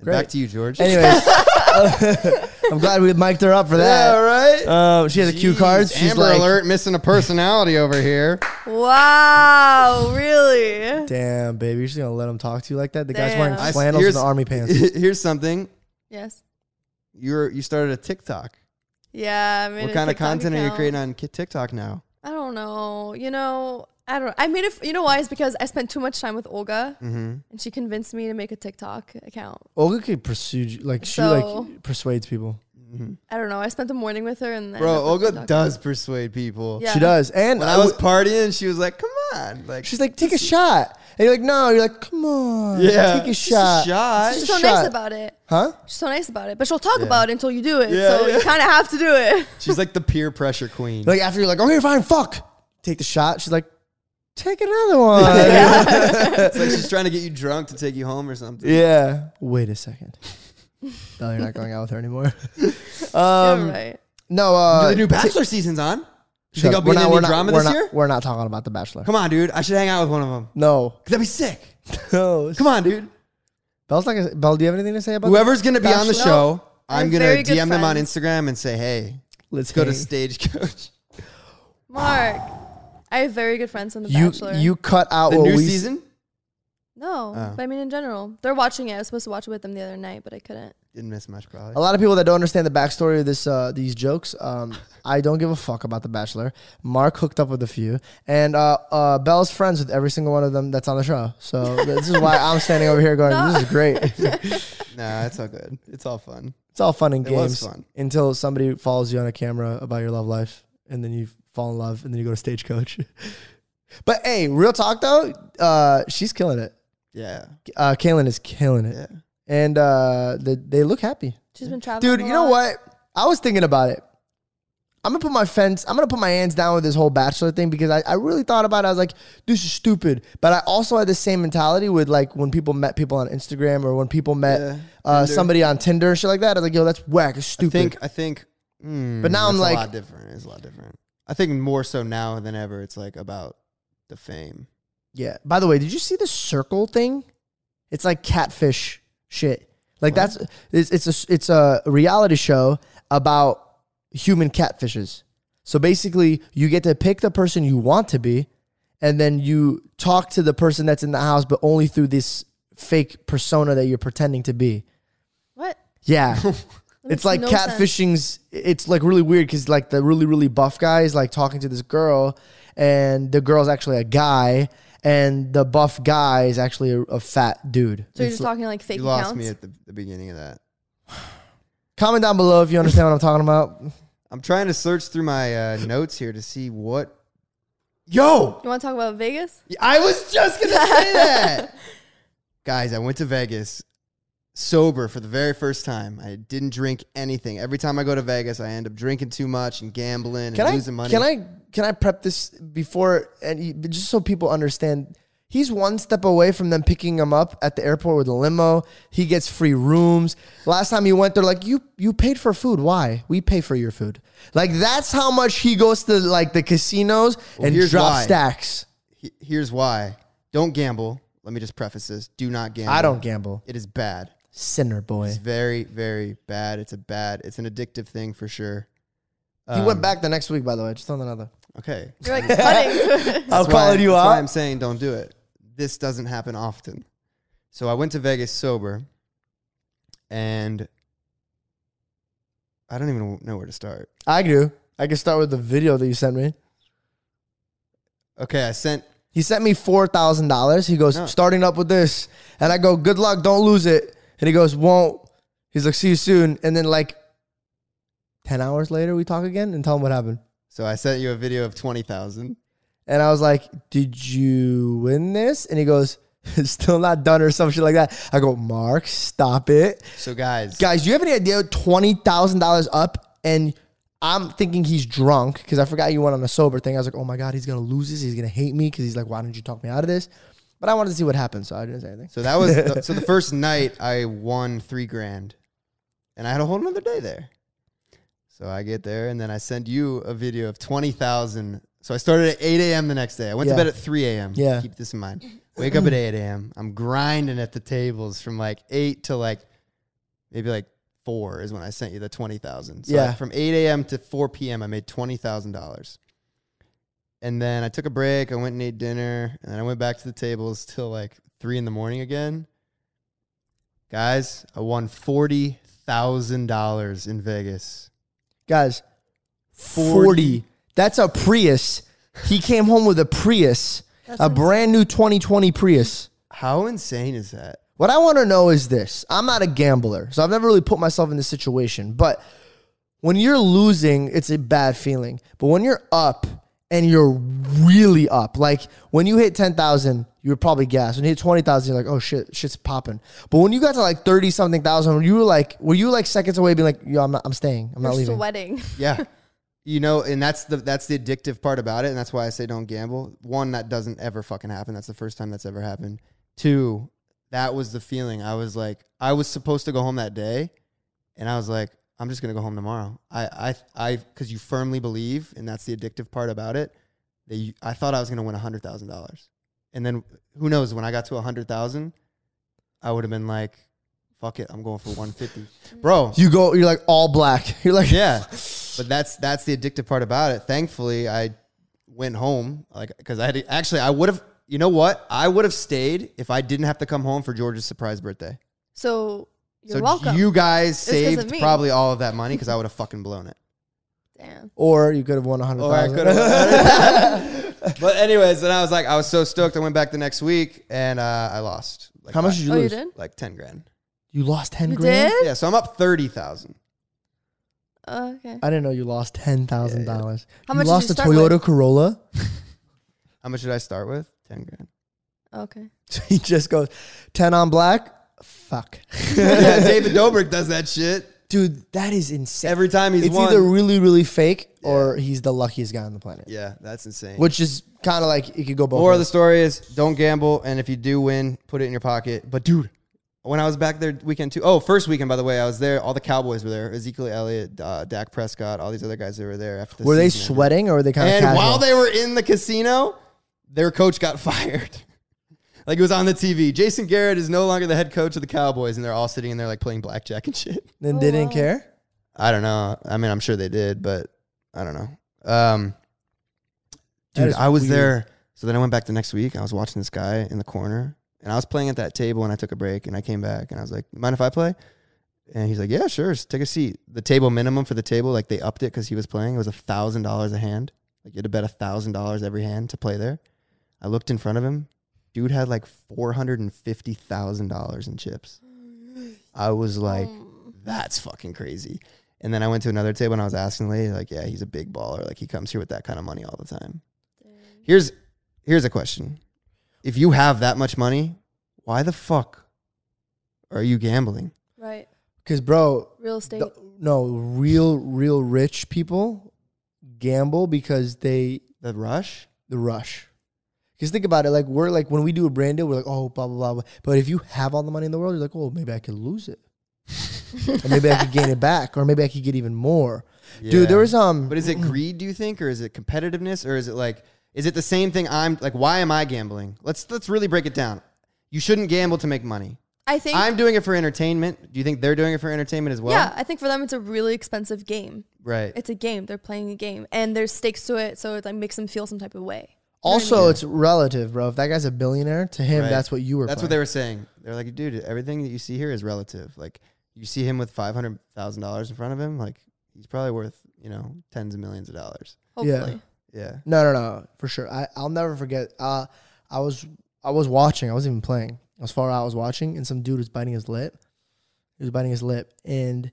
S1: And back
S2: great.
S1: to you, George.
S2: Anyways, I'm glad we mic'd her up for
S1: yeah,
S2: that.
S1: right.
S2: Um, she has a cue
S1: Jeez,
S2: card. She's
S1: Amber
S2: like,
S1: Alert missing a personality over here.
S3: Wow, really?
S2: damn, baby, you're just gonna let him talk to you like that. The guy's wearing
S3: Damn. I
S1: s-
S2: flannels
S1: here's-
S2: and army pants.
S1: Here's something.
S3: Yes.
S1: You're you started a TikTok.
S3: Yeah. I made
S1: what
S3: a
S1: kind of
S3: TikTok
S1: content are you
S3: account.
S1: creating on Ki- TikTok now?
S3: I don't know. You know, I don't. I made it. f- You know why? It's because I spent too much time with Olga,
S1: Mm-hmm.
S3: and she convinced me to make a TikTok account.
S2: Olga could pursue you- like she
S3: So-
S2: like persuades people.
S3: I don't know. I spent the morning with her, and then
S1: Bro,
S3: I put
S1: Olga
S3: TikTok.
S1: does persuade people.
S3: Yeah.
S2: She does, and
S1: When
S2: I
S1: I was
S2: was.
S1: partying, she was like, "Come on!" Like,
S2: She's like, take a shot, and you're like, no, you're like, come on,
S1: "Yeah,
S2: take a
S1: just
S2: shot,
S1: shot."
S3: She's
S2: Just
S3: so
S2: a
S3: nice
S2: shot.
S3: about it.
S2: huh?
S3: She's so nice about it, but she'll talk
S1: Yeah.
S3: about it until you do it.
S1: Yeah,
S3: so
S1: yeah.
S3: you kind of have to do it.
S1: She's like the peer pressure queen.
S2: Like after you're like, okay, fine, fuck, take the shot. She's like, take another one.
S1: it's like she's trying to get you drunk to take you home or something.
S2: Yeah. Wait a second. no, you're not going out with her anymore.
S3: You're
S2: um,
S3: right.
S2: No, uh,
S1: the new Bachelor season's on. You
S2: shut
S1: think I'll
S2: up.
S1: be in any
S2: we're
S1: drama
S2: we're
S1: this
S2: not-
S1: year?
S2: We're not talking about The Bachelor.
S1: Come on, dude. I should hang out with one of them.
S2: No.
S1: That'd be sick.
S2: No.
S1: Come on, dude.
S2: Belle's like, a, Belle, do you have anything to say about
S1: Whoever's gonna be on the
S2: Bachelor?
S1: show,
S3: No,
S1: I'm
S3: I'm
S1: gonna
S3: very good
S1: DM them on
S3: friends.
S1: Instagram and say, "Hey,
S2: that?
S1: let's
S2: Let's
S1: go to
S2: hang.
S1: Stagecoach."
S3: Mark, I have very good friends on The
S2: You,
S3: Bachelor.
S2: you cut out
S1: The
S2: what
S1: new
S2: we s-
S1: season.
S3: No,
S1: Oh.
S3: but I mean in general, they're watching it. I was supposed to watch it with them the other night, but I couldn't.
S1: Didn't miss much, probably.
S2: A lot of people that don't understand the backstory of this, uh, these jokes. Um, I don't give a fuck about The Bachelor. Mark hooked up with a few, and uh, uh, Belle's friends with every single one of them that's on the show. So this is why I'm standing over here going, "This is great."
S1: Nah, it's all good. It's all fun.
S2: It's all fun and
S1: It was
S2: games
S1: fun.
S2: until somebody follows you on a camera about your love life, and then you fall in love, and then you go to stagecoach. but hey, real talk though, uh, she's killing it.
S1: Yeah,
S2: Uh, Kaylin is killing it,
S1: yeah.
S2: and uh, the, they look happy,
S3: She's been traveling.
S2: dude.
S3: a
S2: You know
S3: lot.
S2: what? I was thinking about it. I'm gonna put my fence. I'm gonna put my hands down with this whole bachelor thing because I, I really thought about it. I was like, this is stupid. But I also had the same mentality with like when people met people on Instagram or when people met
S1: Yeah,
S2: uh,
S1: Tinder.
S2: somebody on Tinder and shit like that. I was like, yo, that's whack. It's
S1: I
S2: stupid.
S1: think I think, mm,
S2: But now I'm
S1: it's
S2: like-
S1: a lot different. It's a lot different. I think more so now than ever. It's like about the fame.
S2: Yeah. By the way, did you see the circle thing? It's like catfish shit. Like
S1: What?
S2: that's it's it's a it's a reality show about human catfishes. So basically, you get to pick the person you want to be, and then you talk to the person that's in the house, but only through this fake persona that you're pretending to be.
S3: What?
S2: Yeah.
S3: That
S2: it's like
S3: makes no sense.
S2: catfishing's it's like really weird because like the really really buff guy is like talking to this girl and the girl's actually a guy and the buff guy is actually a, a fat dude
S3: So you're
S2: It's
S3: just
S2: like-
S3: talking like fake
S1: You lost
S3: accounts?
S1: me at the, the beginning of that.
S2: comment down below if you understand what i'm talking about
S1: I'm trying to search through my uh, notes here to see what. Yo,
S3: you want to talk about Vegas?
S1: I was just gonna say that, guys. I went to Vegas sober for the very first time. I didn't drink anything. Every time I go to Vegas, I end up drinking too much and gambling and
S2: can i
S1: losing money.
S2: can i can i prep this before and you- but just so people understand he's one step away from them picking him up at the airport with a limo he gets free rooms last time he went they're like you you paid for food why we pay for your food like that's how much he goes to like the casinos and
S1: here's
S2: drops
S1: why.
S2: stacks
S1: He- Here's why: don't gamble. Let me just preface this: do not gamble.
S2: i don't gamble
S1: It is bad.
S2: sinner boy
S1: It's very, very bad. It's a bad. It's an addictive thing for sure.
S2: he
S1: Um,
S2: went back the next week by the way just on another
S1: Okay,
S3: You're like cutting.
S2: i'm
S1: That's why-
S2: calling you
S1: that's Why I'm
S2: out
S1: saying don't do it. This doesn't happen often. So I went to Vegas sober, and I don't even know where to start.
S2: i do i can start with the video that you sent me
S1: Okay, I sent.
S2: He sent me four thousand dollars. He goes,
S1: No.
S2: starting up with this, and I go, good luck, don't lose it. And he goes, won't. He's like, see you soon. And then like ten hours later, we talk again and tell him what happened.
S1: So I sent you a video of twenty thousand.
S2: And I was like, did you win this? And he goes, still not done or some shit like that. I go, Mark, stop it,
S1: So guys,
S2: guys. Do you have any idea? Twenty thousand dollars up, and I'm thinking he's drunk because I forgot you went on a sober thing. I was like, oh my god, he's gonna lose this. He's gonna hate me because he's like, why didn't you talk me out of this? But I wanted to see what happened, so I didn't say anything.
S1: so that was the, so the first night I won three grand, and I had a whole another day there. So I get there, and then I send you a video of twenty thousand. So I started at eight a.m. the next day. I went
S2: Yeah.
S1: to bed at three a.m.
S2: Yeah.
S1: keep this in mind. Wake up at eight a.m. I'm grinding at the tables from like eight to like maybe like four is when I sent you the twenty thousand. So
S2: Yeah.
S1: like, from eight a.m. to four p.m. I made twenty thousand dollars. And then I took a break. I went and ate dinner, and then I went back to the tables till like three in the morning again. Guys, I won forty thousand dollars in Vegas.
S2: Guys, 40. That's a Prius. He came home with a Prius, a brand new 2020 Prius.
S1: How insane is that?
S2: What I want to know is this I'm not a gambler, so I've never really put myself in this situation. But when you're losing, it's a bad feeling. But when you're up and you're really up, like when you hit 10,000, you were probably gassed. When you hit 20,000, you're like, oh shit, shit's popping. But when you got to like 30 something thousand, when you were like, were you like seconds away being like, yo, I'm, not, I'm staying, I'm not
S3: You're
S2: leaving?
S3: sweating.
S1: Yeah. you know, and that's the that's the addictive part about it, and that's why I say don't gamble. One, that doesn't ever fucking happen. That's the first time that's ever happened. Two, that was the feeling. I was like, I was supposed to go home that day, and I was like, I'm just gonna go home tomorrow. I I I because you firmly believe, and that's the addictive part about it. That you, I thought I was gonna win hundred thousand dollars, and then who knows when I got to a hundred thousand, I would have been like, fuck it, I'm going for one fifty, bro.
S2: You go, you're like all black. You're like,
S1: yeah but that's that's the addictive part about it thankfully i went home like because i had to, actually i would have you know what i would have stayed if i didn't have to come home for george's surprise birthday
S3: So you're
S1: so
S3: welcome.
S1: you guys
S3: It's 'cause of
S1: saved
S3: me.
S1: probably all of that money because i would have fucking blown it
S3: Damn.
S2: Or you could have won a hundred
S1: or i
S2: thousand.
S1: could have but anyways then i was like i was so stoked i went back the next week and uh, i lost like
S2: How much did
S1: five-
S2: you
S3: Oh, you
S2: lose?
S3: did?
S1: like 10 grand
S2: You lost ten
S3: You
S2: grand.
S3: did?
S1: yeah so i'm up 30000
S3: Oh, okay.
S2: I didn't know you lost ten thousand dollars.
S3: How
S2: you
S3: much did
S2: lost
S3: you
S2: a
S3: start
S2: Toyota Corolla.
S1: how much did i start with 10 grand
S3: Oh, Okay.
S2: So he just goes ten on black. Fuck,
S1: yeah david dobrik does that shit
S2: dude, that is insane.
S1: every time he's
S2: it's
S1: won
S2: either really, really fake or he's the luckiest guy on the planet.
S1: yeah that's insane
S2: Which is kind of like it could go both.
S1: Moral of the
S2: ways.
S1: story is don't gamble, and if you do win, put it in your pocket. But dude, when I was back there weekend two, oh, first weekend by the way, I was there. All the Cowboys were there: Ezekiel Elliott, uh, Dak Prescott, all these other guys that were there. After the
S2: were they
S1: season.
S2: sweating or were they kind of
S1: And
S2: casual?
S1: while they were in the casino, their coach got fired. like it was on the TV. Jason Garrett is no longer the head coach of the Cowboys, and they're all sitting in there like playing blackjack and shit.
S2: then they didn't care.
S1: I don't know. I mean, I'm sure they did, but I don't know. Um,
S2: That
S1: dude,
S2: is
S1: I was
S2: weird.
S1: there. So then I went back the next week. I was watching this guy in the corner, and I was playing at that table. And I took a break, and I came back, and I was like, "Mind if I play?" And he's like, "Yeah, sure. just take a seat." The table minimum for the table, like they upped it because he was playing. It was a thousand dollars a hand. Like you had to bet a thousand dollars every hand to play there. I looked in front of him. Dude had like four hundred and fifty thousand dollars in chips. I was like,
S2: Oh.
S1: that's fucking crazy. And then I went to another table and I was asking the lady, like, yeah, he's a big baller. Like he comes here with that kind of money all the time. Here's here's a question. If you have that much money, why the fuck are you gambling?
S3: right.
S2: Because bro,
S3: Real estate.
S2: the- no real real rich people gamble because they
S1: The rush?
S2: the rush. Because think about it, like we're like when we do a brand deal, we're like, oh blah blah blah. blah. But if you have all the money in the world, you're like, oh maybe I could lose it, or maybe I could gain it back, or maybe I could get even more. Dude, there was um.
S1: But is
S3: Mm.
S1: it greed, do you think, or is it competitiveness, or is it like is it the same thing I'm like why am I gambling? Let's let's really break it down. You shouldn't gamble to make money.
S3: I think.
S1: I'm doing it for entertainment. Do you think they're doing it for entertainment as well?
S3: yeah, I think for them it's a really expensive game.
S1: Right.
S3: It's a game. They're playing a game, and there's stakes to it, so it like makes them feel some type of way.
S2: Also, it's relative, bro. If that guy's a billionaire, to him,
S1: Right.
S2: that's what you were.
S1: That's what
S2: playing.
S1: they were saying. They're like, dude, everything that you see here is relative. Like, you see him with five hundred thousand dollars in front of him, like he's probably worth you know tens of millions of dollars.
S2: Yeah.
S3: Hopefully,
S1: Yeah,
S2: No, no, no, for sure. I I'll never forget. Uh, I was I was watching. I wasn't even playing. I was far out. I was watching, and some dude was biting his lip. He was biting his lip, and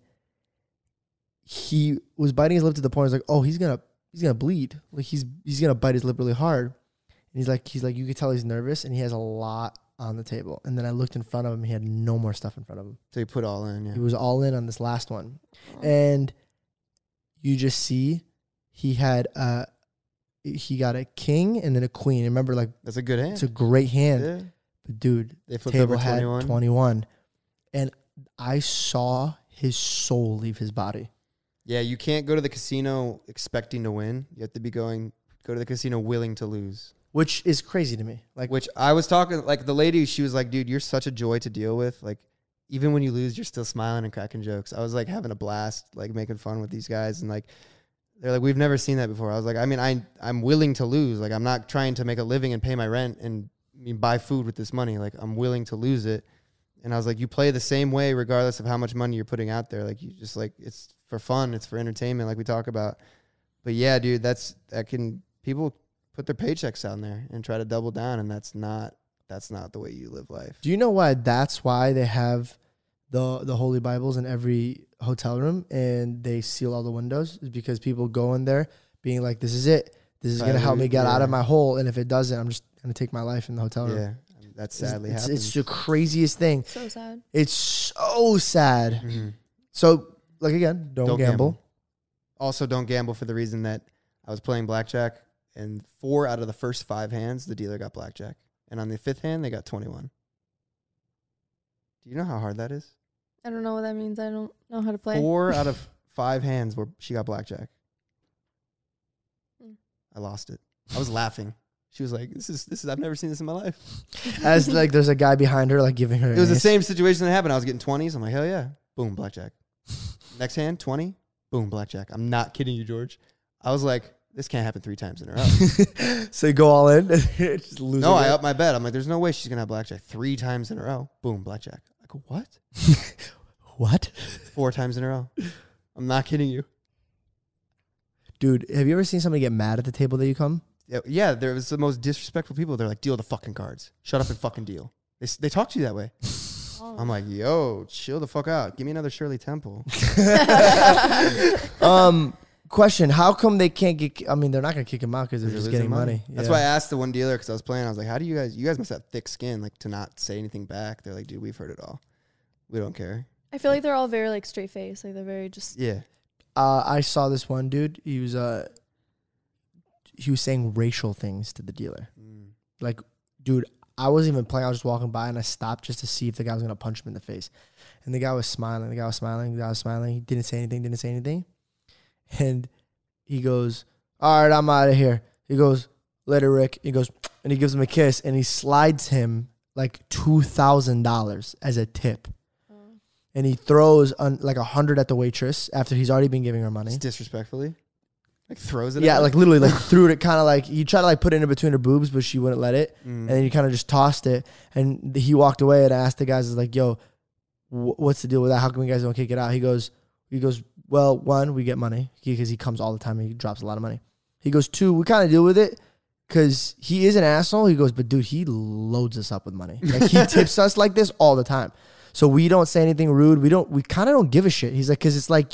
S2: he was biting his lip to the point. I was like, oh, he's gonna he's gonna bleed. Like he's he's gonna bite his lip really hard. And he's like he's like you could tell he's nervous, and he has a lot on the table. And then I looked in front of him. He had no more stuff in front of him.
S1: so you put all in.
S2: He
S1: Yeah,
S2: was all in on this last one, and you just see he had uh he got a king and then a queen. Remember, like
S1: that's a good hand.
S2: it's a great hand,
S1: Yeah.
S2: but dude,
S1: They flipped
S2: table
S1: over
S2: had
S1: twenty one.
S2: twenty one, and I saw his soul leave his body.
S1: Yeah, you can't go to the casino expecting to win. You have to be going go to the casino willing to lose.
S2: Which is crazy to me. Like,
S1: Which I was talking like the lady. She was like, dude, you're such a joy to deal with. Like. Even when you lose, you're still smiling and cracking jokes. I was like having a blast, like making fun with these guys, and like they're like, we've never seen that before. I was like, I mean, I I'm willing to lose. Like, I'm not trying to make a living and pay my rent and I mean, buy food with this money. Like, I'm willing to lose it. And I was like, you play the same way regardless of how much money you're putting out there. Like, you just like it's for fun, it's for entertainment, like we talk about. But yeah, dude, that's that can people put their paychecks on there and try to double down, and that's not that's not the way you live life.
S2: do you know why? That's why they have the the holy Bibles in every hotel room, and they seal all the windows, is because people go in there being like, "This is it. This is gonna help me get out of
S1: Yeah.
S2: my hole." And if it doesn't, I'm just gonna take my life in the hotel room.
S1: Yeah, that
S2: Uh, It's-
S1: sadly
S2: it's,
S1: happens.
S2: it's the craziest thing.
S3: so sad.
S2: It's so sad.
S1: Mhm.
S2: So, like again, don't, gamble.
S1: Also, don't gamble for the reason that I was playing blackjack, and four out of the first five hands, the dealer got blackjack, and on the fifth hand, they got twenty-one. Do you know how hard that is?
S3: I don't know what that means. I don't know how to play.
S1: Four out of five hands where she got blackjack.
S3: Hmm.
S1: I lost it. I was laughing. She was like, "This is this is I've never seen this in my life."
S2: As like, there's a guy behind her like giving her.
S1: It was the
S2: an ace.
S1: same situation that happened. I was getting twenties. I'm like, hell yeah, boom, blackjack. Next hand, twenty, boom, blackjack. I'm not kidding you, George. I was like, this can't happen three times in a row.
S2: so you go all in. just lose
S1: no, I
S2: again.
S1: up my bet. I'm like, there's no way she's gonna have blackjack three times in a row. Boom, blackjack. I go, what?
S2: What,
S1: Four times in a row. I'm not kidding you.
S2: dude? Have you ever seen somebody get mad at the table that you come?
S1: Yeah, Yeah, there was the most disrespectful people. They're like, deal the fucking cards. Shut up and fucking deal. They, s- they talk to you that way. I'm like, yo, chill the fuck out. Give me another Shirley Temple.
S2: Um, question: How come they can't get? I mean, they're not gonna kick him out because they're
S1: You're
S2: just
S1: losing
S2: getting money.
S1: That's
S2: Yeah.
S1: why I asked the one dealer because I was playing. I was like, how do you guys, you guys must have thick skin, like to not say anything back. They're like, dude, we've heard it all. We don't care.
S3: I feel like they're all very like straight face. Like they're very just.
S1: Yeah.
S2: uh, I saw this one dude. He was uh, he was saying racial things to the dealer.
S1: Mm.
S2: Like, dude, I wasn't even playing. I was just walking by and I stopped just to see if the guy was gonna punch him in the face. And the guy was smiling. The guy was smiling. The guy was smiling. He didn't say anything. Didn't say anything. And he goes, "All right, I'm out of here." He goes, "Later, Rick." He goes, and he gives him a kiss and he slides him like two thousand dollars as a tip.
S3: uh,
S2: And he throws un- like a hundred at the waitress after he's already been giving her money.
S1: Just disrespectfully. Like throws it.
S2: Yeah,
S1: at her?
S2: like literally, like threw it. Kind of like you try to like put it in between her boobs, but she wouldn't let it.
S1: Mm.
S2: And then you kind of just tossed it. And he walked away and I asked the guys, "Is like, yo, wh- what's the deal with that? How come you guys don't kick it out?" He goes, "He goes, well, one, we get money because he comes all the time and he drops a lot of money. He goes, two, we kind of deal with it." Cause he is an asshole. He goes, but dude, he loads us up with money. Like he tips us like this all the time, so we don't say anything rude. We don't. We kind of don't give a shit. He's like, cause it's like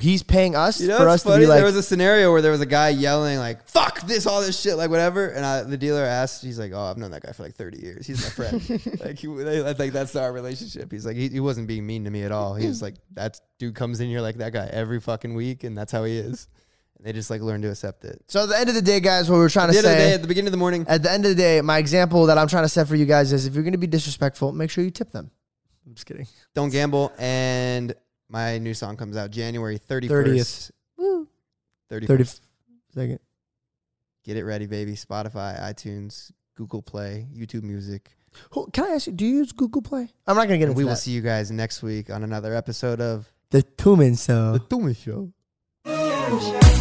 S2: he's paying us
S1: You know,
S2: for
S1: what's
S2: us to
S1: funny.
S2: be like.
S1: there was a scenario where there was a guy yelling like "fuck this," all this shit, like whatever. And I, the dealer asked, he's like, "Oh, I've known that guy for like 30 years. He's my friend. like, he, they, I think that's our relationship." He's like, he, he wasn't being mean to me at all. He was like, "That dude comes in here like that guy every fucking week, and that's how he is." And they just like learn to accept it.
S2: So at the end of the day, guys, what we're trying
S1: At
S2: to
S1: the end of the day,
S2: say
S1: at the beginning of the morning,
S2: at the end of the day, my example that I'm trying to set for you guys is if you're going to be disrespectful, make sure you tip them. I'm just kidding.
S1: don't gamble. And my new song comes out January
S2: 30th.
S1: 31st.
S3: Woo.
S1: 30th.
S2: 30 second.
S1: Get it ready, baby. Spotify, iTunes, Google Play, YouTube Music.
S2: Who, can I ask you, do you use Google Play? I'm not going to get
S1: And
S2: into
S1: we
S2: that.
S1: will see you guys next week on another episode of
S2: The two men, so.
S1: Tumen Show.
S4: Show.